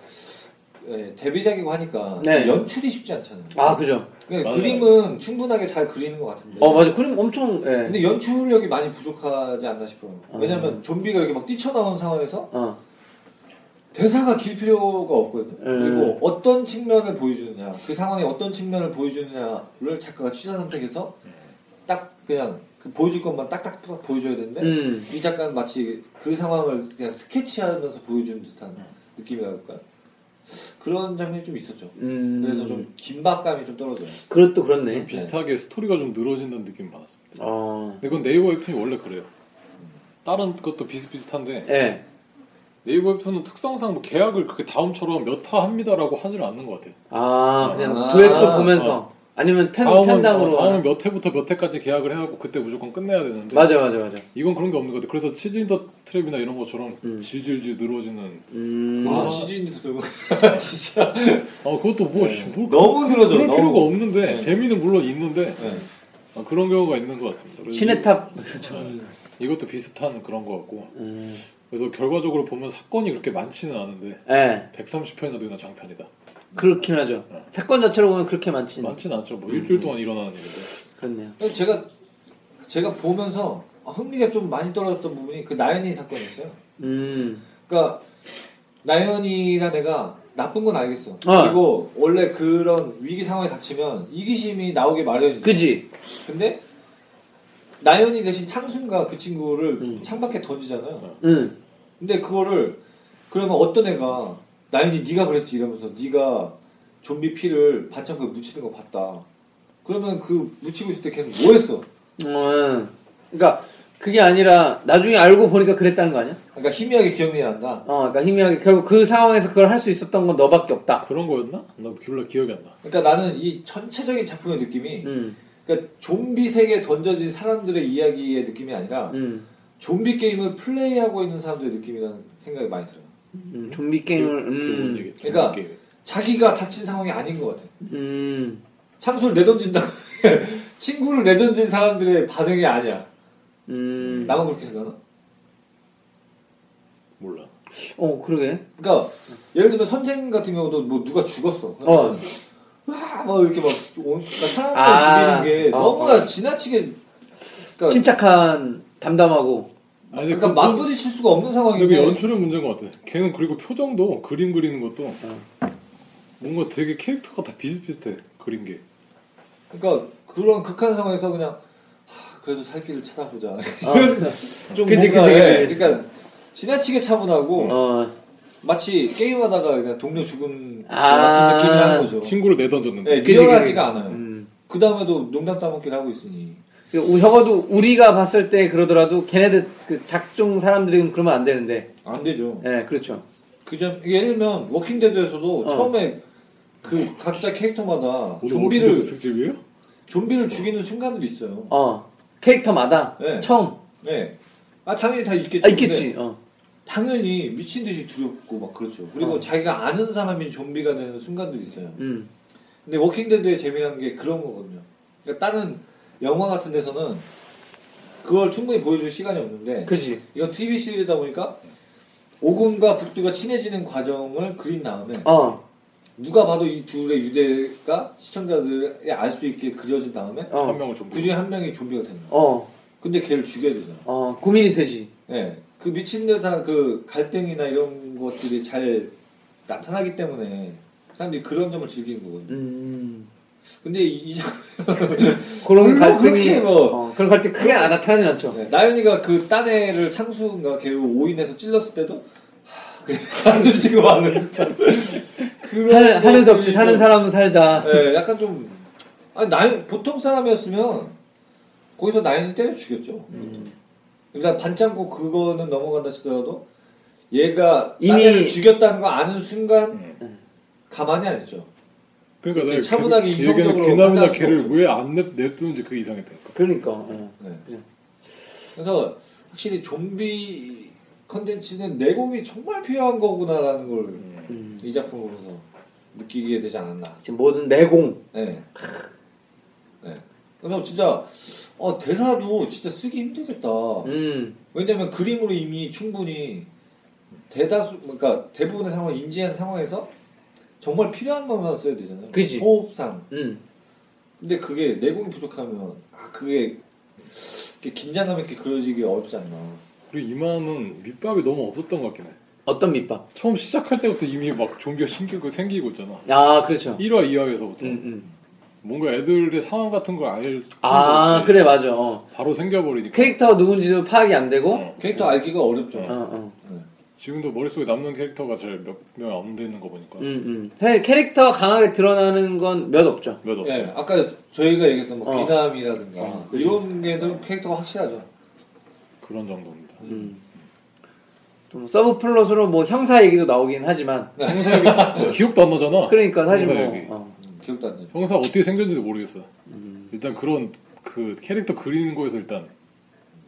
[SPEAKER 1] 예, 데뷔작이고 하니까
[SPEAKER 3] 네.
[SPEAKER 1] 연출이 쉽지 않잖아요.
[SPEAKER 3] 아, 그죠.
[SPEAKER 1] 그러니까
[SPEAKER 2] 맞아요.
[SPEAKER 1] 그림은 충분하게 잘 그리는 것 같은데.
[SPEAKER 3] 어, 맞아. 그림 엄청 예.
[SPEAKER 1] 네. 근데 연출력이 많이 부족하지 않나 싶어요.
[SPEAKER 3] 음.
[SPEAKER 1] 왜냐면 좀비가 이렇게 막 뛰쳐나오는 상황에서
[SPEAKER 3] 어.
[SPEAKER 1] 대사가 길 필요가 없거든요.
[SPEAKER 3] 음.
[SPEAKER 1] 그리고 어떤 측면을 보여주느냐,
[SPEAKER 3] 예.
[SPEAKER 1] 그 상황에 어떤 측면을 보여주느냐를 작가가 취사 선택해서 딱 그냥 그 그 보여줄 것만 딱딱 보여줘야 되는데
[SPEAKER 3] 음.
[SPEAKER 1] 이 작가는 마치 그 상황을 그냥 스케치하면서 보여주는 듯한
[SPEAKER 3] 음.
[SPEAKER 1] 느낌이랄까요? 그런 장면이 좀 있었죠.
[SPEAKER 3] 음.
[SPEAKER 1] 그래서 좀 긴박감이 좀 떨어져요.
[SPEAKER 3] 그것도 그렇네.
[SPEAKER 2] 비슷하게 스토리가 좀 늘어진다는 느낌 받았어요.
[SPEAKER 3] 어.
[SPEAKER 2] 근데 그건 네이버 웹툰이 원래 그래요. 다른 것도 비슷비슷한데
[SPEAKER 3] 예.
[SPEAKER 2] 네이버 웹툰은 특성상 뭐 계약을 그렇게 다음처럼 몇 화 합니다라고 하지는 않는 것 같아요.
[SPEAKER 3] 아, 그냥
[SPEAKER 1] 아.
[SPEAKER 3] 조회수 보면서 아니면 팬 팬당으로
[SPEAKER 2] 어, 다음은 몇 회부터 몇 회까지 계약을 해갖고 그때 무조건 끝내야 되는데
[SPEAKER 3] 맞아 맞아 맞아.
[SPEAKER 2] 이건 그런 게 없는 것 같아요. 그래서 치즈 인더 트랩이나 이런 것처럼
[SPEAKER 3] 음.
[SPEAKER 2] 질질질 늘어지는
[SPEAKER 3] 음.
[SPEAKER 2] 아.
[SPEAKER 1] 아, 지진이 들고 진짜
[SPEAKER 2] 어 그것도 뭐, 씨, 뭘
[SPEAKER 1] 너무 늘어져.
[SPEAKER 2] 그럴
[SPEAKER 1] 너무.
[SPEAKER 2] 필요가 없는데
[SPEAKER 1] 네.
[SPEAKER 2] 재미는 물론 있는데
[SPEAKER 1] 네.
[SPEAKER 2] 아, 그런 경우가 있는 것 같습니다. 그래서
[SPEAKER 3] 음. 시네탑.
[SPEAKER 2] 이- 이것도 비슷한 그런 것 같고
[SPEAKER 3] 음.
[SPEAKER 2] 그래서 결과적으로 보면 사건이 그렇게 많지는 않은데
[SPEAKER 3] 예.
[SPEAKER 2] 130편이나 되나 장편이다.
[SPEAKER 3] 그렇긴 하죠. 사건 자체로 보면 그렇게 많지.
[SPEAKER 2] 많지는 않죠. 뭐 일주일 동안 일어나는 일인데.
[SPEAKER 3] 그렇네요.
[SPEAKER 1] 그래서 제가 제가 보면서 아, 흥미가 좀 많이 떨어졌던 부분이 그 나연이 사건이었어요.
[SPEAKER 3] 음.
[SPEAKER 1] 그러니까 나연이란 애가 나쁜 건 알겠어.
[SPEAKER 3] 어.
[SPEAKER 1] 그리고 원래 그런 위기 상황에 닥치면 이기심이 나오게 마련이죠.
[SPEAKER 3] 그지.
[SPEAKER 1] 근데 나연이 대신 창순과 그 친구를
[SPEAKER 3] 음.
[SPEAKER 1] 창밖에 던지잖아요.
[SPEAKER 3] 음.
[SPEAKER 1] 근데 그거를 그러면 어떤 애가 나연이 네가 그랬지 이러면서 네가 좀비 피를 반창고에 묻히는 거 봤다. 그러면 그 묻히고 있을 때 걔는 뭐 했어?
[SPEAKER 3] 음. 그러니까 그게 아니라 나중에 알고 보니까 그랬다는 거 아니야?
[SPEAKER 1] 그러니까 희미하게 기억이 난다.
[SPEAKER 3] 어, 그러니까 희미하게 결국 그 상황에서 그걸 할 수 있었던 건 너밖에 없다.
[SPEAKER 2] 그런 거였나? 나 별로 기억이 안 나.
[SPEAKER 1] 그러니까 나는 이 전체적인 작품의 느낌이
[SPEAKER 3] 음.
[SPEAKER 1] 그러니까 좀비 세계에 던져진 사람들의 이야기의 느낌이 아니라
[SPEAKER 3] 음.
[SPEAKER 1] 좀비 게임을 플레이하고 있는 사람들의 느낌이라는 생각이 많이 들어요.
[SPEAKER 3] 음. 좀비 게임을
[SPEAKER 2] 기억은
[SPEAKER 3] 음.
[SPEAKER 2] 얘기-
[SPEAKER 1] 그러니까-
[SPEAKER 2] 기억은
[SPEAKER 1] 자기가 닥친 상황이 아닌 것 같아.
[SPEAKER 3] 음.
[SPEAKER 1] 창수를 내던진다. 친구를 내던진 사람들의 반응이 아니야.
[SPEAKER 3] 음.
[SPEAKER 1] 나만 그렇게 생각하나?
[SPEAKER 2] 몰라.
[SPEAKER 3] 어, 그러게.
[SPEAKER 1] 그러니까 예를 들면 선생 같은 경우도 뭐 누가 죽었어.
[SPEAKER 3] 어.
[SPEAKER 2] 그러니까
[SPEAKER 1] 와, 막 이렇게 막 온- 그러니까 사람을
[SPEAKER 3] 아.
[SPEAKER 1] 죽이는 게
[SPEAKER 3] 어,
[SPEAKER 1] 너무나 지나치게 그러니까,
[SPEAKER 3] 침착한 담담하고
[SPEAKER 2] 아니
[SPEAKER 1] 그러니까 맞부딪힐 수가 없는
[SPEAKER 2] 근데 그
[SPEAKER 1] 상황인데
[SPEAKER 2] 연출의 문제인 것 같아. 걔는 그리고 표정도 그림 그리는 것도
[SPEAKER 1] 어.
[SPEAKER 2] 뭔가 되게 캐릭터가 다 비슷비슷해. 그린 게.
[SPEAKER 1] 그러니까 그런 극한 상황에서 그냥 하, 그래도 살 길을 찾아보자.
[SPEAKER 3] 어.
[SPEAKER 2] 그러니까
[SPEAKER 1] 좀
[SPEAKER 3] 그치,
[SPEAKER 1] 뭔가,
[SPEAKER 3] 그치,
[SPEAKER 1] 예,
[SPEAKER 3] 그치.
[SPEAKER 1] 그러니까 지나치게 차분하고
[SPEAKER 3] 어.
[SPEAKER 1] 마치 게임하다가 그냥 동료 죽은 것
[SPEAKER 3] 아.
[SPEAKER 1] 같은 느낌이 나는 거죠.
[SPEAKER 2] 친구를 내던졌는데.
[SPEAKER 1] 예,
[SPEAKER 3] 그치,
[SPEAKER 1] 리얼하지가
[SPEAKER 3] 그치.
[SPEAKER 1] 않아요.
[SPEAKER 3] 음.
[SPEAKER 1] 그 다음에도 농담 따먹기를 하고 있으니.
[SPEAKER 3] 그 적어도 우리가 봤을 때 그러더라도 걔네들 그 작중 사람들은 그러면 안 되는데.
[SPEAKER 1] 안 되죠.
[SPEAKER 3] 예, 그렇죠.
[SPEAKER 1] 그점 예를 들면 워킹데드에서도
[SPEAKER 3] 어.
[SPEAKER 1] 처음에 그 각자 캐릭터마다
[SPEAKER 2] 오늘
[SPEAKER 1] 좀비를
[SPEAKER 2] 좀비를 특집이에요?
[SPEAKER 1] 좀비를 죽이는 순간들이 있어요.
[SPEAKER 3] 어. 캐릭터마다
[SPEAKER 1] 네.
[SPEAKER 3] 처음
[SPEAKER 1] 네. 아 당연히 다 있겠지.
[SPEAKER 3] 아,
[SPEAKER 1] 근데
[SPEAKER 3] 있겠지. 어.
[SPEAKER 1] 당연히 미친 듯이 두렵고 막 그렇죠. 그리고
[SPEAKER 3] 어.
[SPEAKER 1] 자기가 아는 사람이 좀비가 되는 순간도 있어요.
[SPEAKER 3] 음.
[SPEAKER 1] 근데 워킹데드의 재미난 게 그런 거거든요. 그러니까 다른 영화 같은 데서는 그걸 충분히 보여줄 시간이 없는데
[SPEAKER 3] 그지.
[SPEAKER 1] 이건 TV 시리즈다 보니까 오군과 북두가 친해지는 과정을 그린 다음에
[SPEAKER 3] 어.
[SPEAKER 1] 누가 봐도 이 둘의 유대가 시청자들이 알 수 있게 그려진 다음에
[SPEAKER 2] 한
[SPEAKER 3] 어.
[SPEAKER 2] 명을 좀비.
[SPEAKER 1] 그 중에 한 명이 좀비가 되는 거야.
[SPEAKER 3] 어.
[SPEAKER 1] 근데 걔를 죽여야 되잖아.
[SPEAKER 3] 어. 고민이 되지.
[SPEAKER 1] 예. 그 미친 듯한 그 갈등이나 이런 것들이 잘 나타나기 때문에 사람들이 그런 점을 즐기는 거거든요.
[SPEAKER 3] 음.
[SPEAKER 1] 근데 이, 이
[SPEAKER 3] 그런
[SPEAKER 1] 별로
[SPEAKER 3] 갈등이
[SPEAKER 1] 그렇게 뭐-
[SPEAKER 3] 어, 그런 갈등 크게 안 나타나진 않죠.
[SPEAKER 1] 네, 나연이가 그 딴 애를 창수인가 걔로 오인해서 찔렀을 때도 하, 그냥 한숨 쉬고 마는 듯한 그런
[SPEAKER 3] 하는, 하는 수
[SPEAKER 1] 것들이
[SPEAKER 3] 없지 사는
[SPEAKER 1] 네. 좀,
[SPEAKER 3] 사람은 살자.
[SPEAKER 1] 예, 약간 좀 아니 나연 보통 사람이었으면 거기서 나연이 때려 죽였죠. 일단 반창고 그거는 넘어간다 치더라도 얘가
[SPEAKER 3] 이미- 네.
[SPEAKER 1] 나연을 죽였다는 거 아는 순간 가만히 안 있죠.
[SPEAKER 2] 그러니까
[SPEAKER 1] 그렇게
[SPEAKER 2] 내가
[SPEAKER 1] 차분하게
[SPEAKER 2] 그, 얘기하는
[SPEAKER 1] 이성적으로
[SPEAKER 2] 귀남이나
[SPEAKER 1] 판단할 수가
[SPEAKER 2] 걔를
[SPEAKER 1] 없죠.
[SPEAKER 2] 왜 안 냅두는지 그게 이상했다니까.
[SPEAKER 3] 그러니까. 어.
[SPEAKER 1] 네.
[SPEAKER 3] 그냥.
[SPEAKER 1] 그래서 확실히 좀비 컨텐츠는 내공이 정말 필요한 거구나라는 걸
[SPEAKER 3] 음.
[SPEAKER 1] 이 작품을 보면서 느끼게 되지 않았나.
[SPEAKER 3] 지금 모든 내공.
[SPEAKER 1] 네. 네. 그래서 진짜 어, 대사도 진짜 쓰기 힘들겠다.
[SPEAKER 3] 음.
[SPEAKER 1] 왜냐면 그림으로 이미 충분히 대다수 그러니까 대부분의 상황 인지한 상황에서 정말 필요한 것만 써야 되잖아요.
[SPEAKER 3] 그지.
[SPEAKER 1] 호흡상.
[SPEAKER 3] 음.
[SPEAKER 1] 근데 그게 내공이 부족하면 아 그게 이렇게 긴장감 있게 그려지기 어렵지 않나.
[SPEAKER 2] 그리고 이만은 밑밥이 너무 없었던 것 같긴 해.
[SPEAKER 3] 어떤 밑밥?
[SPEAKER 2] 처음 시작할 때부터 이미 막 좀비가 신기고 생기고 있잖아.
[SPEAKER 3] 아 그렇죠.
[SPEAKER 2] 1화, 2화에서부터.
[SPEAKER 3] 음, 음.
[SPEAKER 2] 뭔가 애들의 상황 같은 걸 알.
[SPEAKER 3] 아
[SPEAKER 2] 필요가 없이
[SPEAKER 3] 그래 맞아. 어.
[SPEAKER 2] 바로 생겨버리니까.
[SPEAKER 3] 캐릭터 누군지도 파악이 안 되고.
[SPEAKER 2] 어.
[SPEAKER 1] 캐릭터 알기가 어렵죠.
[SPEAKER 3] 어, 어.
[SPEAKER 2] 지금도 머릿속에 남는 캐릭터가 잘 몇 명 안 되는 거 보니까
[SPEAKER 3] 음, 음. 사실 캐릭터 강하게 드러나는 건 몇 없죠.
[SPEAKER 2] 몇 없어.
[SPEAKER 1] 예,
[SPEAKER 2] 요
[SPEAKER 1] 아까 저희가 얘기했던 뭐
[SPEAKER 3] 어.
[SPEAKER 1] 비남이라든가
[SPEAKER 3] 어, 그치.
[SPEAKER 1] 이런 게들 캐릭터가 확실하죠.
[SPEAKER 2] 그런 정도입니다.
[SPEAKER 3] 음. 좀 서브 플롯으로 뭐 형사 얘기도 나오긴 하지만
[SPEAKER 2] 형사 얘기 기억도 안 나잖아.
[SPEAKER 3] 그러니까 사실
[SPEAKER 2] 형사
[SPEAKER 3] 뭐
[SPEAKER 2] 얘기.
[SPEAKER 3] 어.
[SPEAKER 1] 음, 기억도 안 나죠.
[SPEAKER 2] 형사 어떻게 생겼는지도 모르겠어.
[SPEAKER 3] 음.
[SPEAKER 2] 일단 그런 그 캐릭터 그리는 거에서 일단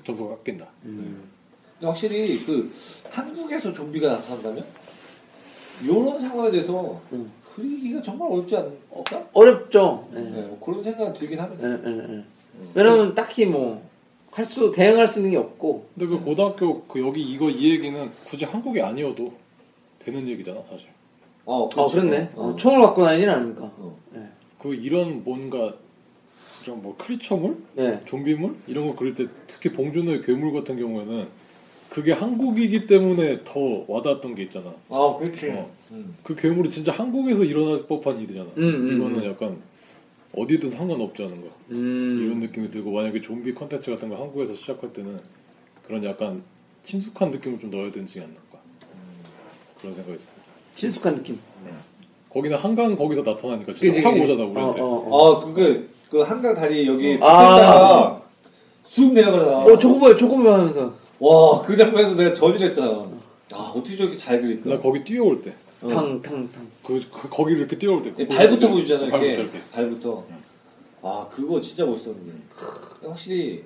[SPEAKER 2] 점수가 깎인다.
[SPEAKER 3] 음.
[SPEAKER 1] 근데 확실히 그 한국에서 좀비가 나타난다면 이런 상황에 대해서
[SPEAKER 3] 음.
[SPEAKER 1] 그리기가 정말 어렵지 않을까?
[SPEAKER 3] 어렵죠. 예.
[SPEAKER 1] 네, 뭐 그런 생각 들긴 합니다.
[SPEAKER 3] 예, 예, 예. 왜냐면 딱히 뭐 할 수 대응할 수 있는 게 없고
[SPEAKER 2] 근데 그 고등학교 그 여기 이거 이 얘기는 굳이 한국이 아니어도 되는 얘기잖아 사실.
[SPEAKER 1] 어,
[SPEAKER 3] 어
[SPEAKER 1] 그렇죠.
[SPEAKER 3] 그렇네 어,
[SPEAKER 1] 어.
[SPEAKER 3] 총을 갖고 다니진 않으니까
[SPEAKER 1] 어.
[SPEAKER 2] 그 이런 뭔가 좀 뭐 크리처물,
[SPEAKER 3] 네
[SPEAKER 2] 좀비물 이런 거 그릴 때 특히 봉준호의 괴물 같은 경우에는 그게 한국이기 때문에 더 와닿았던 게 있잖아.
[SPEAKER 1] 아, 그렇지.
[SPEAKER 2] 어.
[SPEAKER 1] 음.
[SPEAKER 2] 그 괴물이 진짜 한국에서 일어날 법한 일이잖아.
[SPEAKER 3] 음, 음,
[SPEAKER 2] 이거는
[SPEAKER 3] 음.
[SPEAKER 2] 약간 어디든 상관없지 않은 거. 이런
[SPEAKER 3] 음,
[SPEAKER 2] 느낌이 들고 만약에 좀비 컨텐츠 같은 거 한국에서 시작할 때는 그런 약간 친숙한 느낌을 좀 넣어야 되지 않을까 그런 생각이 들어요.
[SPEAKER 3] 친숙한 느낌
[SPEAKER 2] 거기는 한강 거기서 나타나니까
[SPEAKER 3] 그치,
[SPEAKER 2] 진짜 확
[SPEAKER 3] 그치.
[SPEAKER 2] 오잖아
[SPEAKER 3] 어,
[SPEAKER 2] 우리한테.
[SPEAKER 3] 어, 어.
[SPEAKER 1] 아, 그게 그 한강 다리 여기
[SPEAKER 2] 어.
[SPEAKER 1] 뺐다가 쑥 내려가잖아.
[SPEAKER 3] 어 저거 봐요 저거 봐요 하면서
[SPEAKER 1] 와, 그 장면에서 내가 전율했잖아. 아, 어떻게 저렇게 잘 그릴까?
[SPEAKER 2] 나 거기 뛰어올 때,
[SPEAKER 1] 어.
[SPEAKER 3] 탕탕탕
[SPEAKER 2] 그, 그- 거기를 이렇게 뛰어올 때.
[SPEAKER 1] 예, 발부터 보여주잖아,
[SPEAKER 2] 발부터
[SPEAKER 1] 이렇게.
[SPEAKER 2] 이렇게.
[SPEAKER 1] 발부터. 아, 그거 진짜 멋있었는데. 확실히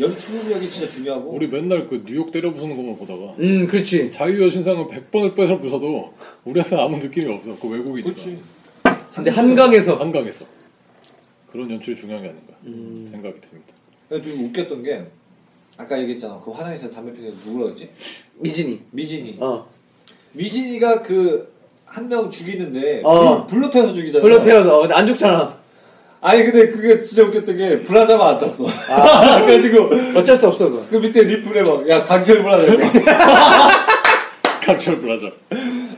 [SPEAKER 1] 연출력이 진짜 중요하고.
[SPEAKER 2] 우리 맨날 그 뉴욕 때려 부수는 것만 보다가
[SPEAKER 3] 음 그렇지
[SPEAKER 2] 자유여신상은 100번을 빼서 부숴도 우리한테 아무 느낌이 없어. 그 외국이니까.
[SPEAKER 1] 그렇지.
[SPEAKER 3] 근데 한강에서
[SPEAKER 2] 한강에서. 그런 연출이 중요한 게 아닌가
[SPEAKER 3] 음.
[SPEAKER 2] 생각이 듭니다.
[SPEAKER 1] 근데 좀 웃겼던 게 아까 얘기했잖아. 그 화장실에서 담배 피는 누구라 그러지?
[SPEAKER 3] 미진이
[SPEAKER 1] 미진이.
[SPEAKER 3] 어
[SPEAKER 1] 미진이가 그 한 명 죽이는데
[SPEAKER 3] 어.
[SPEAKER 1] 불, 불로 태워서 죽이잖아.
[SPEAKER 3] 별로 태워서 어, 근데 안 죽잖아
[SPEAKER 1] 아니 근데 그게 진짜 웃겼던 게 브라자만 안 땄어.
[SPEAKER 3] 아.
[SPEAKER 1] 그래가지고
[SPEAKER 3] 어쩔 수 없어 그거
[SPEAKER 1] 그 밑에 리플에 막 야 강철 브라자. 이거.
[SPEAKER 2] 강철 브라자.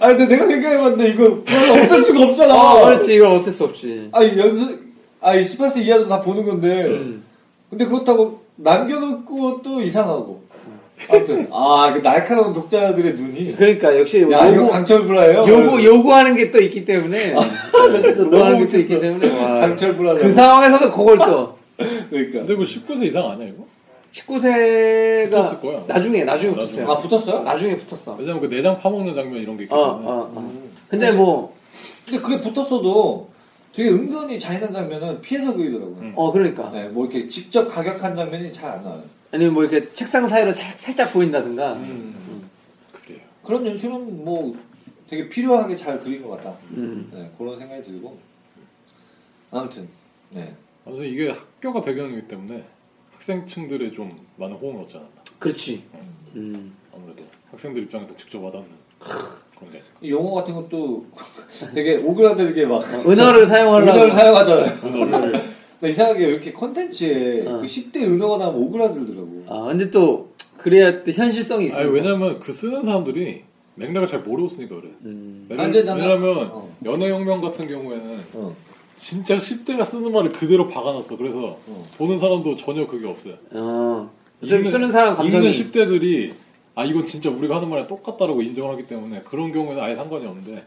[SPEAKER 1] 아 근데 내가 생각해봤는데 이거 브라자 없앨 수가 없잖아.
[SPEAKER 3] 어 그렇지 이건 어쩔 수 없지
[SPEAKER 1] 아니 연습 아니 18세 이하도 다 보는 건데
[SPEAKER 3] 음.
[SPEAKER 1] 근데 그렇다고 남겨놓고 또 이상하고. 아무튼 아그 날카로운 독자들의 눈이.
[SPEAKER 3] 그러니까 역시
[SPEAKER 1] 야 이거
[SPEAKER 3] 요구
[SPEAKER 1] 강철 아, 브라예요.
[SPEAKER 3] 요구 요구하는 게 또 있기 때문에 요구하는 게 또 있기 때문에 와.
[SPEAKER 1] 강철 브라자.
[SPEAKER 3] 그 상황에서도 그걸 또
[SPEAKER 1] 그러니까.
[SPEAKER 2] 근데 그 19세 이상 아니야 이거?
[SPEAKER 3] 19세가
[SPEAKER 2] 붙었을 거야.
[SPEAKER 3] 나중에 나중에
[SPEAKER 2] 어,
[SPEAKER 3] 붙었어요.
[SPEAKER 1] 아 붙었어요?
[SPEAKER 3] 나중에 붙었어.
[SPEAKER 2] 왜냐면 그 내장 파먹는 장면 이런 게 있기
[SPEAKER 3] 어,
[SPEAKER 2] 때문에
[SPEAKER 3] 어, 어. 근데 뭐,
[SPEAKER 1] 근데 그게 붙었어도 되게 은근히 잔인한 장면은 피해서 그리더라고요.
[SPEAKER 2] 음.
[SPEAKER 3] 어, 그러니까.
[SPEAKER 1] 네, 뭐 이렇게 직접 가격한 장면이 잘 안 나와요.
[SPEAKER 3] 아니면 뭐 이렇게 책상 사이로 살- 살짝 보인다든가.
[SPEAKER 1] 음.
[SPEAKER 3] 음.
[SPEAKER 2] 그래요.
[SPEAKER 1] 그런 연출은 뭐 되게 필요하게 잘 그린 것 같다.
[SPEAKER 3] 음.
[SPEAKER 1] 네, 그런 생각이 들고. 아무튼, 네.
[SPEAKER 2] 아무튼 이게 학교가 배경이기 때문에 학생층들의 좀 많은 호응을 얻지 않았나
[SPEAKER 3] 그렇지. 음.
[SPEAKER 2] 아무래도 학생들 입장에서 직접 와닿는 그런 게
[SPEAKER 1] 이 영어 같은 것도 되게 오그라들게 막
[SPEAKER 3] 어, 은어를 사용하려고.
[SPEAKER 1] 은어를 사용하잖아요.
[SPEAKER 2] 너를
[SPEAKER 1] 근데 이상하게 이렇게 컨텐츠에
[SPEAKER 3] 어.
[SPEAKER 1] 그 10대 은어가 나오면 오그라들더라고.
[SPEAKER 3] 아, 근데 또, 그래야 또 현실성이 있어.
[SPEAKER 2] 아니 왜냐면 그 쓰는 사람들이 맥락을 잘 모르고 쓰니까 그래
[SPEAKER 3] 음.
[SPEAKER 2] 왜냐면,
[SPEAKER 1] 아, 근데 나는-
[SPEAKER 2] 왜냐면
[SPEAKER 1] 어.
[SPEAKER 2] 연애혁명 같은 경우에는
[SPEAKER 1] 어.
[SPEAKER 2] 진짜 10대가 쓰는 말을 그대로 박아놨어 그래서
[SPEAKER 1] 어.
[SPEAKER 2] 보는 사람도 전혀 그게 없어요
[SPEAKER 3] 어. 좀 쓰는 사람
[SPEAKER 2] 읽는
[SPEAKER 3] 감성이.
[SPEAKER 2] 10대들이 아 이건 진짜 우리가 하는 말이 똑같다라고 인정하기 때문에 그런 경우에는 아예 상관이 없는데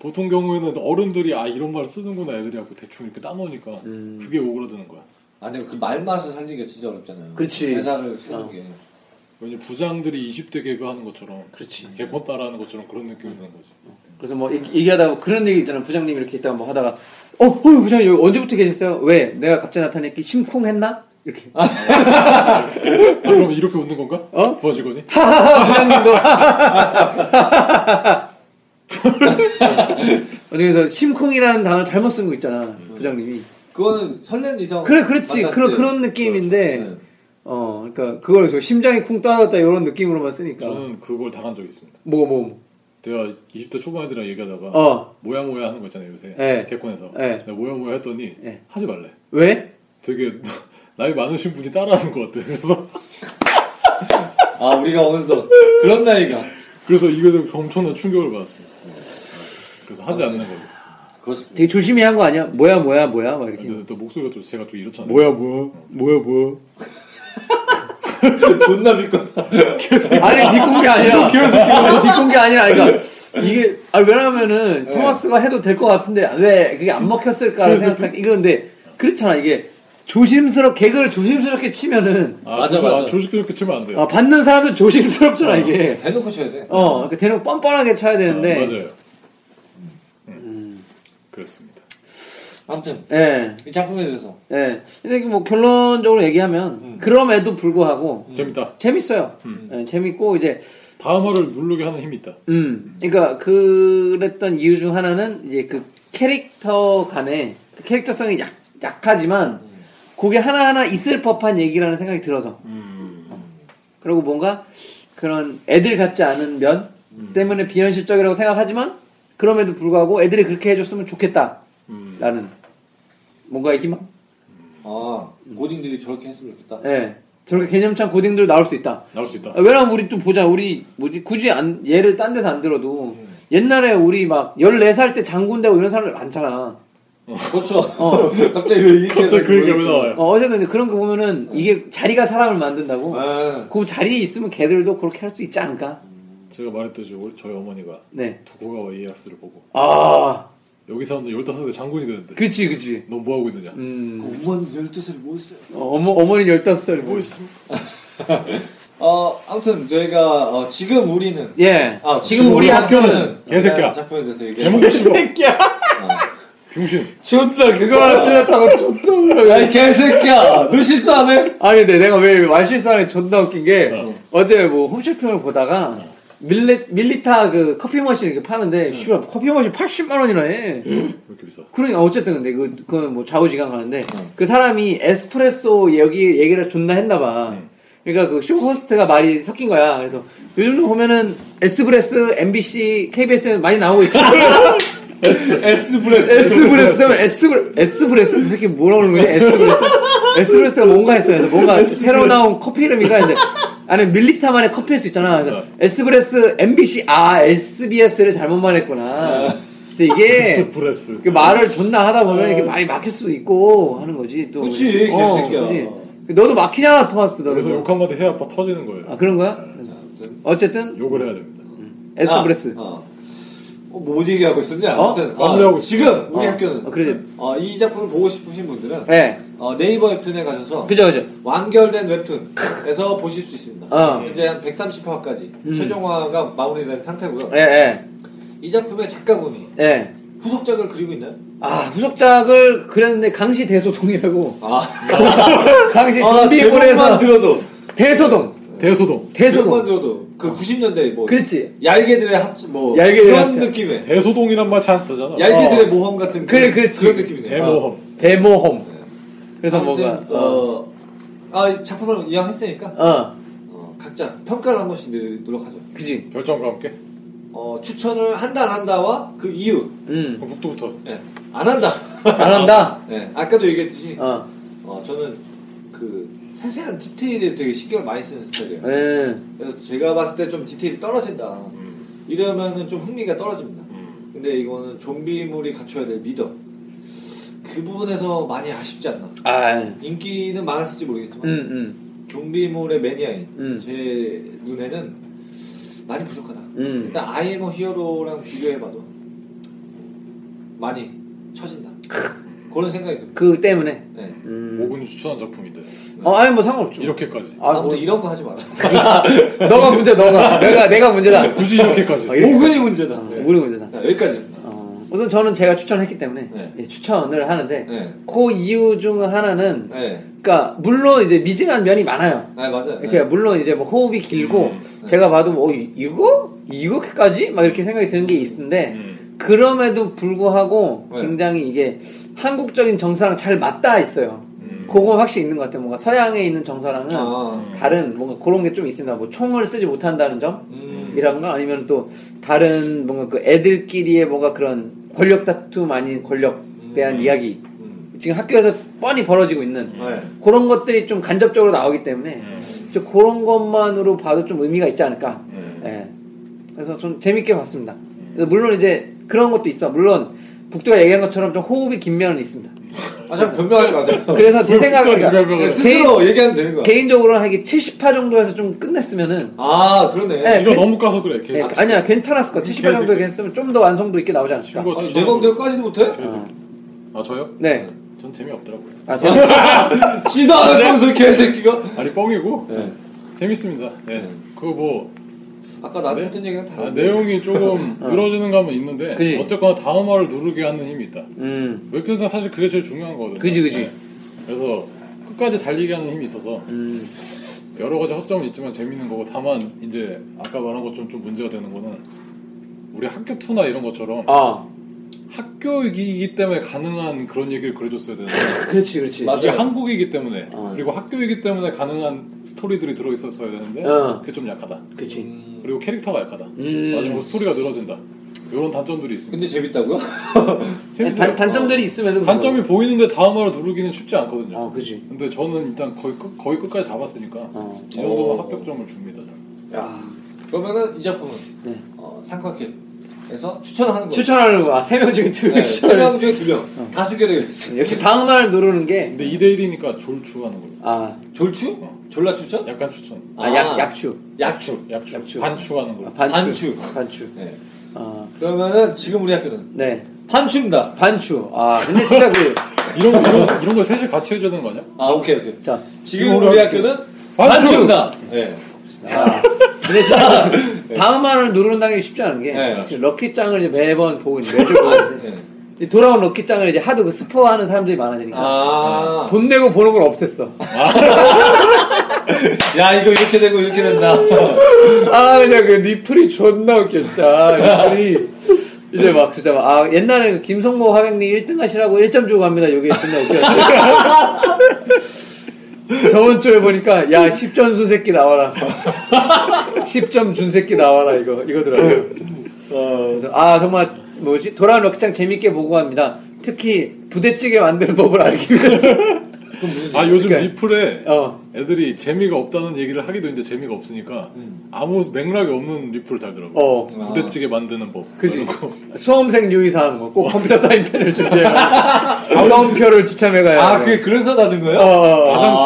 [SPEAKER 2] 보통 경우에는 어른들이 아 이런 말을 쓰는구나 애들이 하고 대충 이렇게 따놓으니까
[SPEAKER 3] 음.
[SPEAKER 2] 그게 오그라드는 거야
[SPEAKER 1] 아니 그 말맛을 살리기가 진짜 어렵잖아요.
[SPEAKER 3] 그렇지.
[SPEAKER 1] 회사를 쓰는
[SPEAKER 3] 어.
[SPEAKER 1] 게.
[SPEAKER 2] 왜냐 부장들이 20대 개그 하는 것처럼
[SPEAKER 3] 그렇지.
[SPEAKER 2] 개콘 따라하는 것처럼 그런 느낌이 드는 거지
[SPEAKER 3] 그래서 뭐, 얘기- 얘기하다 뭐 그런 얘기 있잖아. 부장님 이렇게 있다가 뭐 하다가, 어, 어, 부장님 여기 언제부터 계셨어요? 왜? 내가 갑자기 나타나니까 심쿵했나? 이렇게.
[SPEAKER 2] 아, 그럼 이렇게 웃는 건가?
[SPEAKER 3] 어?
[SPEAKER 2] 부하직원이?
[SPEAKER 3] 부장님도 어디에서 심쿵이라는 단어 잘못 쓴 거 있잖아 부장님이
[SPEAKER 1] 그거는 설렌 이상.
[SPEAKER 3] 그래 그렇지
[SPEAKER 1] 만났을
[SPEAKER 3] 그런
[SPEAKER 1] 때.
[SPEAKER 3] 그런 느낌인데
[SPEAKER 1] 네.
[SPEAKER 3] 어 그러니까 그걸 저 심장이 쿵 떨어졌다 이런 느낌으로만 쓰니까 뭐,
[SPEAKER 2] 저는 그걸 당한 적이 있습니다 제가 20대 초반 애들이랑 얘기하다가
[SPEAKER 3] 뭐뭐어왜
[SPEAKER 2] 뭐야 뭐야 하는 거 있잖아요 요새
[SPEAKER 3] 네.
[SPEAKER 2] 개콘에서
[SPEAKER 3] 네.
[SPEAKER 2] 내가 뭐야 뭐야 했더니
[SPEAKER 3] 네.
[SPEAKER 2] 하지 말래 되게 나이 많으신 분이 따라하는 것 같아 그래서
[SPEAKER 1] 아 우리가 오늘도 그런 나이가.
[SPEAKER 2] 그래서 이거는 엄청난 충격을 받았어요. 그래서 하지 네. 않는 거예요.
[SPEAKER 4] 그렇습니다.
[SPEAKER 3] 되게 조심히 한 거 아니야? 뭐야 뭐야 뭐야 막 이렇게
[SPEAKER 2] 근데 또 목소리가 또 제가 좀 이렇잖아요.
[SPEAKER 4] 뭐야 뭐야 뭐야 뭐야
[SPEAKER 1] 존나 믿고
[SPEAKER 3] 아니 비공개 아니라 아니, 비공개 아니라 그러니까 이게 아니, 왜냐면은 토마스가 해도 될 것 같은데 왜 그게 안 먹혔을까를 생각한 이거 근데 그렇잖아 이게 조심스럽게 개그를 조심스럽게 치면은
[SPEAKER 2] 아,
[SPEAKER 4] 맞아,
[SPEAKER 2] 조식,
[SPEAKER 4] 맞아.
[SPEAKER 2] 아, 조식 그렇게 치면 안 돼요.
[SPEAKER 3] 아, 받는 사람도 조심스럽잖아 이게
[SPEAKER 1] 대놓고 쳐야 돼.
[SPEAKER 3] 어 그러니까 대놓고 뻔뻔하게 쳐야 되는데
[SPEAKER 2] 아, 맞아요. 음. 그렇습니다.
[SPEAKER 1] 아무튼
[SPEAKER 3] 예,
[SPEAKER 1] 이 작품에 대해서
[SPEAKER 3] 예. 근데 이게 뭐 결론적으로 얘기하면 그럼에도 불구하고
[SPEAKER 2] 재밌다.
[SPEAKER 3] 재밌어요.
[SPEAKER 2] 음.
[SPEAKER 3] 예, 재밌고 이제
[SPEAKER 2] 다음화를 누르게 하는 힘이 있다.
[SPEAKER 3] 음, 그러니까 그랬던 이유 중 하나는 이제 그 캐릭터 간에 그 캐릭터성이 약 약하지만 그게 하나 하나 있을 법한 얘기라는 생각이 들어서 그리고 뭔가 그런 애들 같지 않은 면 때문에 비현실적이라고 생각하지만 그럼에도 불구하고 애들이 그렇게 해줬으면 좋겠다.
[SPEAKER 2] 음.
[SPEAKER 3] 라는 뭔가의 희망.
[SPEAKER 1] 아 고딩들이 저렇게 했으면 좋겠다.
[SPEAKER 3] 예. 저렇게 개념찬 고딩들 나올 수 있다.
[SPEAKER 2] 나올 수 있다.
[SPEAKER 3] 아, 왜냐면 우리 또 보자. 우리 뭐지 굳이 안 얘를 딴 데서 안 들어도
[SPEAKER 2] 음.
[SPEAKER 3] 옛날에 우리 막 14살 때 장군 되고 이런 사람들 많잖아.
[SPEAKER 1] 그렇죠. 갑자기 왜 이렇게
[SPEAKER 2] 갑자기 그 얘기가 왜 나와요?
[SPEAKER 3] 어, 어쨌든 근데 그런 거 보면은 이게 자리가 사람을 만든다고.
[SPEAKER 1] 아,
[SPEAKER 3] 그 자리에 있으면 걔들도 그렇게 할 수 있지 않을까?
[SPEAKER 2] 제가 말했듯이 올- 저희 어머니가
[SPEAKER 3] 네.
[SPEAKER 2] 도쿠가와 이에야스를 보고
[SPEAKER 3] 아.
[SPEAKER 2] 여기 사람들 15살 장군이 되는데
[SPEAKER 3] 그치 그치.
[SPEAKER 2] 너 뭐 하고 있느냐?
[SPEAKER 1] 네.
[SPEAKER 3] 음.
[SPEAKER 1] 공무원 열두 살이 뭐 있어요?
[SPEAKER 3] 어, 어머 어머니 15살
[SPEAKER 2] 뭐
[SPEAKER 3] 뭐.
[SPEAKER 2] 있음?
[SPEAKER 1] 어 아무튼 저희가 어, 지금 우리는
[SPEAKER 3] 예.
[SPEAKER 1] 아
[SPEAKER 3] 지금 우리 학교는
[SPEAKER 2] 개새끼야.
[SPEAKER 1] 네, 작품에 대해서 얘기
[SPEAKER 2] 제목이 싫어.
[SPEAKER 3] 새끼야.
[SPEAKER 2] 중심.
[SPEAKER 3] 존나 그거 하나 틀렸다고 아, 존나 뭐라고.
[SPEAKER 1] 아이 개새끼야 너 실수 안 해?
[SPEAKER 3] 아 근데 내가 왜 말실수하는 게 존나 웃긴 게
[SPEAKER 2] 어.
[SPEAKER 3] 어. 제뭐 홈쇼핑을 보다가 밀레, 밀리타 그 커피 머신 이렇게 파는데 씨발 커피 머신 80만 원이나 해.
[SPEAKER 2] 왜 이렇게 비싸?
[SPEAKER 3] 그러니까 어쨌든 근데 그 그건 뭐 좌우지간 가는데 그 사람이 에스프레소 여기 얘기를 존나 했나 봐. 그러니까 그 쇼 호스트가 말이 섞인 거야. 그래서 요즘도 보면은 에스브레스, MBC, KBS에 많이 나오고 있잖아.
[SPEAKER 1] 에스브레스
[SPEAKER 3] 에스브레스 하면 에스브레 에스브레스 이 새끼 뭐라 그러는 거냐 에스브레스 에스브레스가 뭔가 했어요 그래서 뭔가 새로 나온 커피 이름인가 했는데 아니 밀리타만의 커피일 수 있잖아 그래서 에스브레스 MBC 아 SBS를 잘못 말했구나 근데 이게
[SPEAKER 2] 스프레스.
[SPEAKER 3] 그 말을 존나 하다 보면 이렇게 말이 막힐 수도 있고 하는 거지 또
[SPEAKER 1] 어.
[SPEAKER 3] 어,
[SPEAKER 1] 그치, 개새끼야.
[SPEAKER 3] 너도 막히잖아 토마스 너
[SPEAKER 2] 그래서 욕 한마디 해 아빠 터지는 거예요.
[SPEAKER 3] 아 그런 거야 어쨌든
[SPEAKER 2] 욕을 해야 됩니다.
[SPEAKER 3] 에스브레스
[SPEAKER 1] 아, 어. 어, 뭐 얘기하고 있었냐?
[SPEAKER 3] 어?
[SPEAKER 1] 아무튼
[SPEAKER 2] 마무리하고 있어.
[SPEAKER 1] 지금 우리
[SPEAKER 3] 어.
[SPEAKER 1] 학교는
[SPEAKER 3] 어, 그러지.
[SPEAKER 1] 어, 이 작품을 보고 싶으신 분들은
[SPEAKER 3] 예
[SPEAKER 1] 어, 네이버 웹툰에 가셔서
[SPEAKER 3] 그죠 그죠
[SPEAKER 1] 완결된 웹툰에서 보실 수 있습니다.
[SPEAKER 3] 어.
[SPEAKER 1] 이제 한 130화까지
[SPEAKER 3] 음.
[SPEAKER 1] 최종화가 마무리된 상태고요.
[SPEAKER 3] 예예예 예.
[SPEAKER 1] 이 작품의 작가분이 후속작을 그리고 있나요?
[SPEAKER 3] 아, 후속작을 그렸는데 강시 대소동이라고.
[SPEAKER 1] 아,
[SPEAKER 3] 강시
[SPEAKER 1] 아,
[SPEAKER 3] 좀비골에서
[SPEAKER 1] 제목만 들어도
[SPEAKER 3] 대소동.
[SPEAKER 2] 대소동.
[SPEAKER 1] 제목만
[SPEAKER 3] 대소동.
[SPEAKER 1] 들어도 그 90년대 뭐
[SPEAKER 3] 아. 그렇지.
[SPEAKER 1] 얄개들의 합뭐
[SPEAKER 3] 얄개들의
[SPEAKER 1] 그런
[SPEAKER 3] 합작. 어.
[SPEAKER 1] 느낌의
[SPEAKER 2] 대소동이란 말 잘 안 쓰잖아.
[SPEAKER 1] 얄개들의 모험 같은
[SPEAKER 3] 그래,
[SPEAKER 1] 그런-
[SPEAKER 3] 그렇지.
[SPEAKER 1] 그런 느낌이네. 요
[SPEAKER 2] 대모험.
[SPEAKER 3] 대모험. 어, 그래서
[SPEAKER 1] 아무튼,
[SPEAKER 3] 뭔가, 어,
[SPEAKER 1] 어, 아, 이 작품을 이왕했으니까
[SPEAKER 3] 어,
[SPEAKER 1] 어, 각자 평가를 한 번씩 늘- 노력하죠.
[SPEAKER 3] 그지.
[SPEAKER 2] 별점과 함께.
[SPEAKER 1] 어, 추천을 한다 안 한다와 그 이유.
[SPEAKER 3] 음,
[SPEAKER 2] 그럼 북두부터.
[SPEAKER 1] 예, 안 한다.
[SPEAKER 3] 안 한다.
[SPEAKER 1] 예, 아까도 얘기했듯이
[SPEAKER 3] 어,
[SPEAKER 1] 어, 저는 그 세세한 디테일에 되게 신경을 많이 쓰는 스타일이에요.
[SPEAKER 3] 음,
[SPEAKER 1] 그래서 제가 봤을 때 좀 디테일이 떨어진다. 이러면은 좀 흥미가 떨어집니다.
[SPEAKER 3] 음.
[SPEAKER 1] 근데 이거는 좀비물이 갖춰야 될 미덕. 그 부분에서 많이 아쉽지 않나.
[SPEAKER 3] 아, 음,
[SPEAKER 1] 인기는 많았을지 모르겠지만
[SPEAKER 3] 음,
[SPEAKER 1] 좀비물의 매니아인
[SPEAKER 3] 음.
[SPEAKER 1] 제 눈에는 많이 부족하다.
[SPEAKER 3] 음.
[SPEAKER 1] 일단 아이엠어 히어로랑 비교해봐도 많이 처진다. 그런 생각이 듭니다.
[SPEAKER 3] 그 때문에.
[SPEAKER 1] 네.
[SPEAKER 3] 음.
[SPEAKER 2] 모군이 추천한 작품인데
[SPEAKER 3] 어, 아니, 뭐 상관없죠.
[SPEAKER 2] 이렇게까지.
[SPEAKER 3] 아,
[SPEAKER 1] 아무튼
[SPEAKER 3] 뭐,
[SPEAKER 1] 이런 거 하지 마라.
[SPEAKER 3] 너가 문제, 너가. 내가, 내가 문제다.
[SPEAKER 2] 굳이 이렇게까지.
[SPEAKER 3] 아, 이렇게.
[SPEAKER 1] 오근이 문제다.
[SPEAKER 3] 어,
[SPEAKER 1] 네.
[SPEAKER 3] 우리 문제다.
[SPEAKER 1] 자, 여기까지입니다.
[SPEAKER 3] 어, 우선 저는 제가 추천했기 때문에
[SPEAKER 1] 네.
[SPEAKER 3] 예, 추천을 하는데
[SPEAKER 1] 네.
[SPEAKER 3] 그 이유 중 하나는
[SPEAKER 1] 네.
[SPEAKER 3] 그러니까 물론 이제 미진한 면이 많아요.
[SPEAKER 1] 아, 맞아요.
[SPEAKER 3] 이렇게
[SPEAKER 1] 네.
[SPEAKER 3] 물론 이제 뭐 호흡이 길고
[SPEAKER 2] 음,
[SPEAKER 3] 제가 봐도 뭐 어, 이- 이거 이거까지 막 이렇게 생각이 드는 게 있는데
[SPEAKER 2] 음.
[SPEAKER 3] 그럼에도 불구하고
[SPEAKER 1] 네.
[SPEAKER 3] 굉장히 이게 한국적인 정서랑 잘 맞닿아 있어요.
[SPEAKER 2] 음.
[SPEAKER 3] 그건 확실히 있는 것 같아요. 뭔가 서양에 있는 정서랑은
[SPEAKER 1] 아,
[SPEAKER 3] 다른 뭔가 그런 게 좀 있습니다. 뭐 총을 쓰지 못한다는 점.
[SPEAKER 1] 음.
[SPEAKER 3] 이라든가 아니면 또 다른 뭔가 그 애들끼리의 뭔가 그런 권력 다툼 아닌 권력 대한 이야기
[SPEAKER 1] 음.
[SPEAKER 3] 지금 학교에서 뻔히 벌어지고 있는
[SPEAKER 1] 네.
[SPEAKER 3] 그런 것들이 좀 간접적으로 나오기 때문에 저 그런 것만으로 봐도 좀 의미가 있지 않을까.
[SPEAKER 2] 음.
[SPEAKER 3] 예. 그래서 좀 재밌게 봤습니다. 그래서 물론 이제 그런 것도 있어. 물론 북도가 얘기한 것처럼 좀 호흡이 긴 면은 있습니다.
[SPEAKER 1] 아, 참 변명하지 마세요.
[SPEAKER 3] 음. 그래서 제 생각은
[SPEAKER 2] 북도가
[SPEAKER 3] 그러니까
[SPEAKER 2] 변명을 해?
[SPEAKER 1] 스스로 얘기하면 되는 거야.
[SPEAKER 3] 개인적으로 한 70화 정도에서 좀 끝냈으면은
[SPEAKER 1] 아, 그러네.
[SPEAKER 3] 네.
[SPEAKER 2] 이거 너무 까서 그래.
[SPEAKER 3] 예,
[SPEAKER 2] 계속.
[SPEAKER 3] 아니야 괜찮았을 거야. 70화 정도
[SPEAKER 2] 계속.
[SPEAKER 3] 했으면 좀 더 완성도 있게 나오지 않았을까.
[SPEAKER 2] 음, 친구가
[SPEAKER 1] 아니, 내
[SPEAKER 2] 추천하고.
[SPEAKER 1] 마음대로 까지도 못해?
[SPEAKER 2] 계속. 아 저요?
[SPEAKER 3] 네.
[SPEAKER 2] 전 재미없더라고요.
[SPEAKER 3] 아, 제가-
[SPEAKER 1] 지도 않아,
[SPEAKER 3] 네.
[SPEAKER 1] 평소 개새끼가.
[SPEAKER 2] 아니 뻥이고
[SPEAKER 1] 네.
[SPEAKER 2] 재밌습니다. 네. 그거 뭐
[SPEAKER 1] 아까 나한테
[SPEAKER 2] 네?
[SPEAKER 1] 했던 얘기랑 다른
[SPEAKER 2] 아, 내용이 조금 늘어지는 감은 있는데
[SPEAKER 3] 그지.
[SPEAKER 2] 어쨌거나 다음화를 누르게 하는 힘이 있다.
[SPEAKER 3] 음,
[SPEAKER 2] 웹툰상 사실 그게 제일 중요한 거거든요. 네.
[SPEAKER 3] 그지, 그지.
[SPEAKER 2] 그래서 끝까지 달리게 하는 힘이 있어서
[SPEAKER 3] 음,
[SPEAKER 2] 여러 가지 허점은 있지만 재밌는 거고 다만 이제 아까 말한 것처럼 좀 문제가 되는 거는 우리 학교 투나 이런 것처럼
[SPEAKER 3] 아,
[SPEAKER 2] 학교이기 때문에 가능한 그런 얘기를 그려줬어야 되는데
[SPEAKER 3] 그렇지, 그렇지.
[SPEAKER 1] 맞-
[SPEAKER 2] 이게
[SPEAKER 1] 맞아요.
[SPEAKER 2] 한국이기 때문에
[SPEAKER 3] 어.
[SPEAKER 2] 그리고 학교이기 때문에 가능한 스토리들이 들어있었어야 되는데
[SPEAKER 3] 어.
[SPEAKER 2] 그게 좀 약하다
[SPEAKER 3] 그렇지.
[SPEAKER 1] 음.
[SPEAKER 2] 그리고 캐릭터가 약하다
[SPEAKER 3] 음.
[SPEAKER 2] 마지막 스토리가 늘어진다 이런 단점들이 있습니다
[SPEAKER 1] 근데 재밌다고요?
[SPEAKER 3] 아니,
[SPEAKER 2] 재밌어요.
[SPEAKER 3] 단, 단점들이 있으면은
[SPEAKER 2] 어. 단점이 보이는데 다음화로 누르기는 쉽지 않거든요
[SPEAKER 3] 어, 그렇지.
[SPEAKER 2] 근데 저는 일단 거의, 끝, 거의 끝까지 다 봤으니까
[SPEAKER 3] 어.
[SPEAKER 2] 이 정도면
[SPEAKER 1] 어.
[SPEAKER 2] 합격점을 줍니다 저는.
[SPEAKER 1] 야. 그러면은 이 작품은
[SPEAKER 3] 네.
[SPEAKER 1] 어, 상과킬에서 추천하는 거.
[SPEAKER 3] 추천하는 거. 아, 세명 중에 두 명
[SPEAKER 1] 네, 세명
[SPEAKER 3] 추천하는
[SPEAKER 1] 중에 두 명. 다수
[SPEAKER 3] 네.
[SPEAKER 1] 결의가 있어.
[SPEAKER 3] 역시 다음날 누르는 게
[SPEAKER 2] 근데 2대1이니까 졸추하는 걸로
[SPEAKER 3] 아,
[SPEAKER 1] 졸추?
[SPEAKER 2] 어.
[SPEAKER 1] 졸라 추천?
[SPEAKER 2] 약간 추천
[SPEAKER 3] 아, 약, 약추.
[SPEAKER 1] 약추.
[SPEAKER 2] 약추,
[SPEAKER 3] 약추.
[SPEAKER 2] 반추하는 걸로
[SPEAKER 3] 아, 반추.
[SPEAKER 1] 반추.
[SPEAKER 3] 반추.
[SPEAKER 1] 네.
[SPEAKER 3] 아,
[SPEAKER 1] 그러면은 지금 우리 학교는
[SPEAKER 3] 네.
[SPEAKER 1] 반추입니다.
[SPEAKER 3] 반추. 아, 근데 진짜 그,
[SPEAKER 2] 이런, 거- 이런, 이런 거 셋이 같이 해줘야 되는 거 아니야?
[SPEAKER 1] 아, 오케이, 오케이.
[SPEAKER 3] 자.
[SPEAKER 1] 지금 우리 학교는 반추입니다. 예.
[SPEAKER 3] 아, 근데 진짜 그 다음화를 누른다는 게 쉽지 않은 게,
[SPEAKER 1] 네.
[SPEAKER 3] 지금 럭키짱을 이제 매번 보고 있는, 매주 보고 있는데,
[SPEAKER 1] 예.
[SPEAKER 3] 이 돌아온 럭키짱을 이제 하도 그 스포하는 사람들이 많아지니까,
[SPEAKER 1] 아.
[SPEAKER 3] 돈 내고 보는 걸 없앴어.
[SPEAKER 1] 야, 이거 이렇게 되고 이렇게 된다.
[SPEAKER 3] 아 그냥 그 리플이 존나 웃겨 진짜 리플이 이제 막 진짜 막, 아 옛날에 그 김성모 화백님 1등 하시라고 1점 주고 갑니다 요게 존나 웃겨 저번 주에 보니까 야 10점 준 새끼 나와라 10점 준 새끼 나와라 이거 이거더라고요 그래서 아 정말 뭐지 돌아온 럭키장 재밌게 보고 갑니다 특히 부대찌개 만드는 법을 알기 위해서
[SPEAKER 2] 아 요즘
[SPEAKER 3] 그러니까-
[SPEAKER 2] 리플에
[SPEAKER 3] 어
[SPEAKER 2] 애들이 재미가 없다는 얘기를 하기도 했는데 재미가 없으니까 아무 맥락이 없는 리플을 달더라고
[SPEAKER 3] 어.
[SPEAKER 2] 부대찌개 만드는 법
[SPEAKER 3] 그지.
[SPEAKER 2] 그래놓고
[SPEAKER 3] 뭐 수험생 유의사항 뭐꼭 컴퓨터 사인펜을 준비해라. 수험표를 지참해가야
[SPEAKER 1] 아,
[SPEAKER 3] 돼.
[SPEAKER 1] 그게 그래서 닫은 거예요?
[SPEAKER 3] 어,
[SPEAKER 2] 가장
[SPEAKER 1] 아.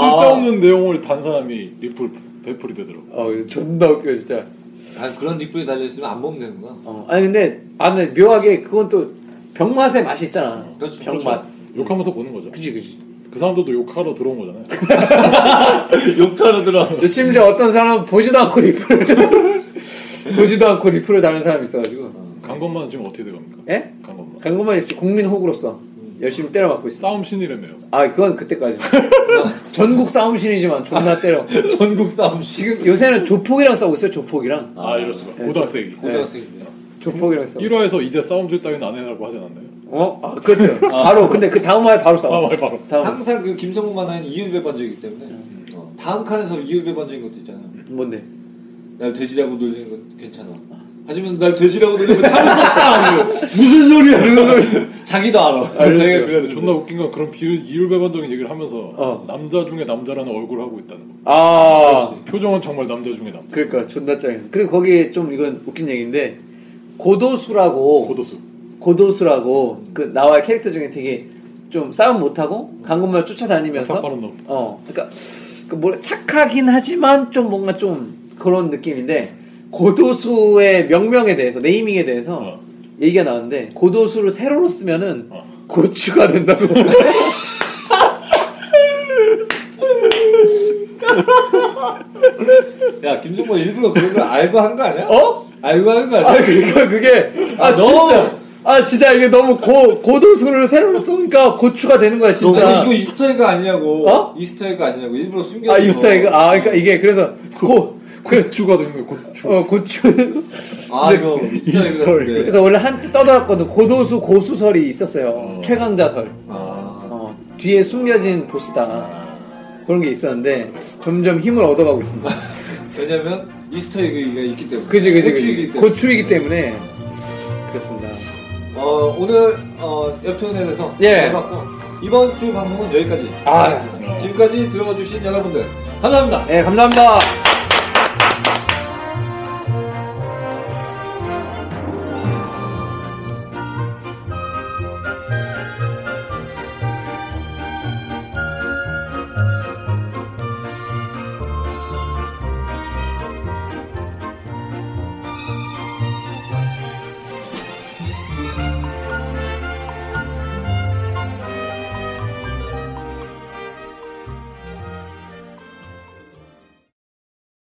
[SPEAKER 2] 쓸데없는 내용을 단 사람이 리플 배풀이 되더라고
[SPEAKER 3] 어, 이거 존나 웃겨 진짜.
[SPEAKER 1] 아, 그런 리플이 달려있으면 안 보면 되는구나.
[SPEAKER 3] 어, 아니 근데 아 근데 묘하게 그건 또 병맛의 맛이 있잖아.
[SPEAKER 1] 그렇죠.
[SPEAKER 3] 병맛.
[SPEAKER 2] 욕하면서 보는 거죠
[SPEAKER 3] 그지 그지.
[SPEAKER 2] 그 사람들도 욕하러 들어온 거잖아요
[SPEAKER 1] 욕하러 들어왔어.
[SPEAKER 3] 심지어 어떤 사람은 보지도 않고 리플을 보지도 않고 리플을 다는 사람이 있어가지고.
[SPEAKER 2] 간 것만 지금 어떻게 돼갑니까?
[SPEAKER 3] 예?
[SPEAKER 2] 간 것만
[SPEAKER 3] 강금만 역시 국민 호구로서 열심히 때려맞고 있어.
[SPEAKER 2] 그러니까 싸움 신이라며요
[SPEAKER 3] 아 그건 그때까지. 전국 싸움신이지만 존나 때려.
[SPEAKER 1] 전국 싸움 씨.
[SPEAKER 3] 지금 요새는 조폭이랑 싸우고 있어요. 조폭이랑.
[SPEAKER 2] 아 이럴수가 고등학생이
[SPEAKER 3] 네.
[SPEAKER 1] 고등학생인데.
[SPEAKER 3] 조폭이랑 싸우고.
[SPEAKER 2] 1화에서 이제 싸움질 따윈 안 해라고 하지 않았나요?
[SPEAKER 3] 어? 아, 그렇죠. 바로, 근데 그 다음 화에 바로 싸워.
[SPEAKER 1] 아,
[SPEAKER 2] 다음 화에 바로.
[SPEAKER 3] 다음 화.
[SPEAKER 1] 항상 그 김성훈만 하는 이율배반적이기 때문에
[SPEAKER 3] 네.
[SPEAKER 1] 어, 다음 칸에서 이율배반적인 것도 있잖아요.
[SPEAKER 3] 뭔데?
[SPEAKER 1] 날 돼지라고 놀리는 건 괜찮아. 하지만 날 돼지라고 놀리는 건 참을 수 없다. 무슨 소리야? 무슨 소리? 자기도 알아. 자기가 그래.
[SPEAKER 2] 근데 존나 웃긴 건 그런 비율, 이율배반적인 얘기를 하면서
[SPEAKER 3] 어.
[SPEAKER 2] 남자 중에 남자라는 얼굴을 하고 있다는 거
[SPEAKER 3] 아,
[SPEAKER 2] 표정은 정말 남자 중에 남자
[SPEAKER 3] 그러니까, 존나 짱이야. 근데 거기에 좀 이건 웃긴 얘기인데, 고도수라고,
[SPEAKER 2] 고도수
[SPEAKER 3] 고도. 수라고그 나와의 캐릭터 중에 되게 좀 싸움 못하고, 강금만 쫓아다니면서,
[SPEAKER 2] 싹 빠른 놈
[SPEAKER 3] 어, 그러니까, 그 뭐라- 착하긴 하지만 좀 뭔가 좀 그런 느낌인데, 고도수의 명명에 대해서, 네이밍에 대해서
[SPEAKER 2] 어.
[SPEAKER 3] 얘기가 나왔는데, 고도수를 세로로 쓰면은
[SPEAKER 2] 어.
[SPEAKER 3] 고추가 된다고.
[SPEAKER 1] 야 김성훈 일부러 그런 걸 알고 한 거 아니야?
[SPEAKER 3] 어?
[SPEAKER 1] 알고 한 거
[SPEAKER 3] 아
[SPEAKER 1] 아니야?
[SPEAKER 3] 그러니까 그게 아,
[SPEAKER 1] 아, 너무-
[SPEAKER 3] 진짜 아 진짜 이게 너무 고 고도수를 새로 쓰니까 고추가 되는 거야 진짜.
[SPEAKER 1] 아니 이거 이스터에그 아니냐고.
[SPEAKER 3] 어?
[SPEAKER 1] 이스터에그 아니냐고. 일부러 숨겨.
[SPEAKER 3] 아 이스타이그 아 그러니까 이게 그래서 고 그래
[SPEAKER 2] 고추가 되는 거야 고추
[SPEAKER 3] 어 고추
[SPEAKER 1] 아 이거 이스터에그.
[SPEAKER 3] 그래서 원래 한때 떠들었거든 고도수 고수설이 있었어요 최강자설
[SPEAKER 1] 아.
[SPEAKER 3] 어, 뒤에 숨겨진 보스다 그런 게 있었는데 점점 힘을 얻어가고 있습니다
[SPEAKER 1] 왜냐면 이스터에그가 있기 때문에.
[SPEAKER 3] 그지 그지
[SPEAKER 1] 호출이기
[SPEAKER 3] 그지
[SPEAKER 1] 때문에.
[SPEAKER 3] 고추이기 때문에 그렇습니다
[SPEAKER 1] 어, 오늘 어, 웹툰에 대해서
[SPEAKER 3] 예.
[SPEAKER 1] 해봤고 이번 주 방송은 여기까지.
[SPEAKER 3] 아.
[SPEAKER 1] 지금까지 들어와주신 여러분들 감사합니다.
[SPEAKER 3] 네 감사합니다.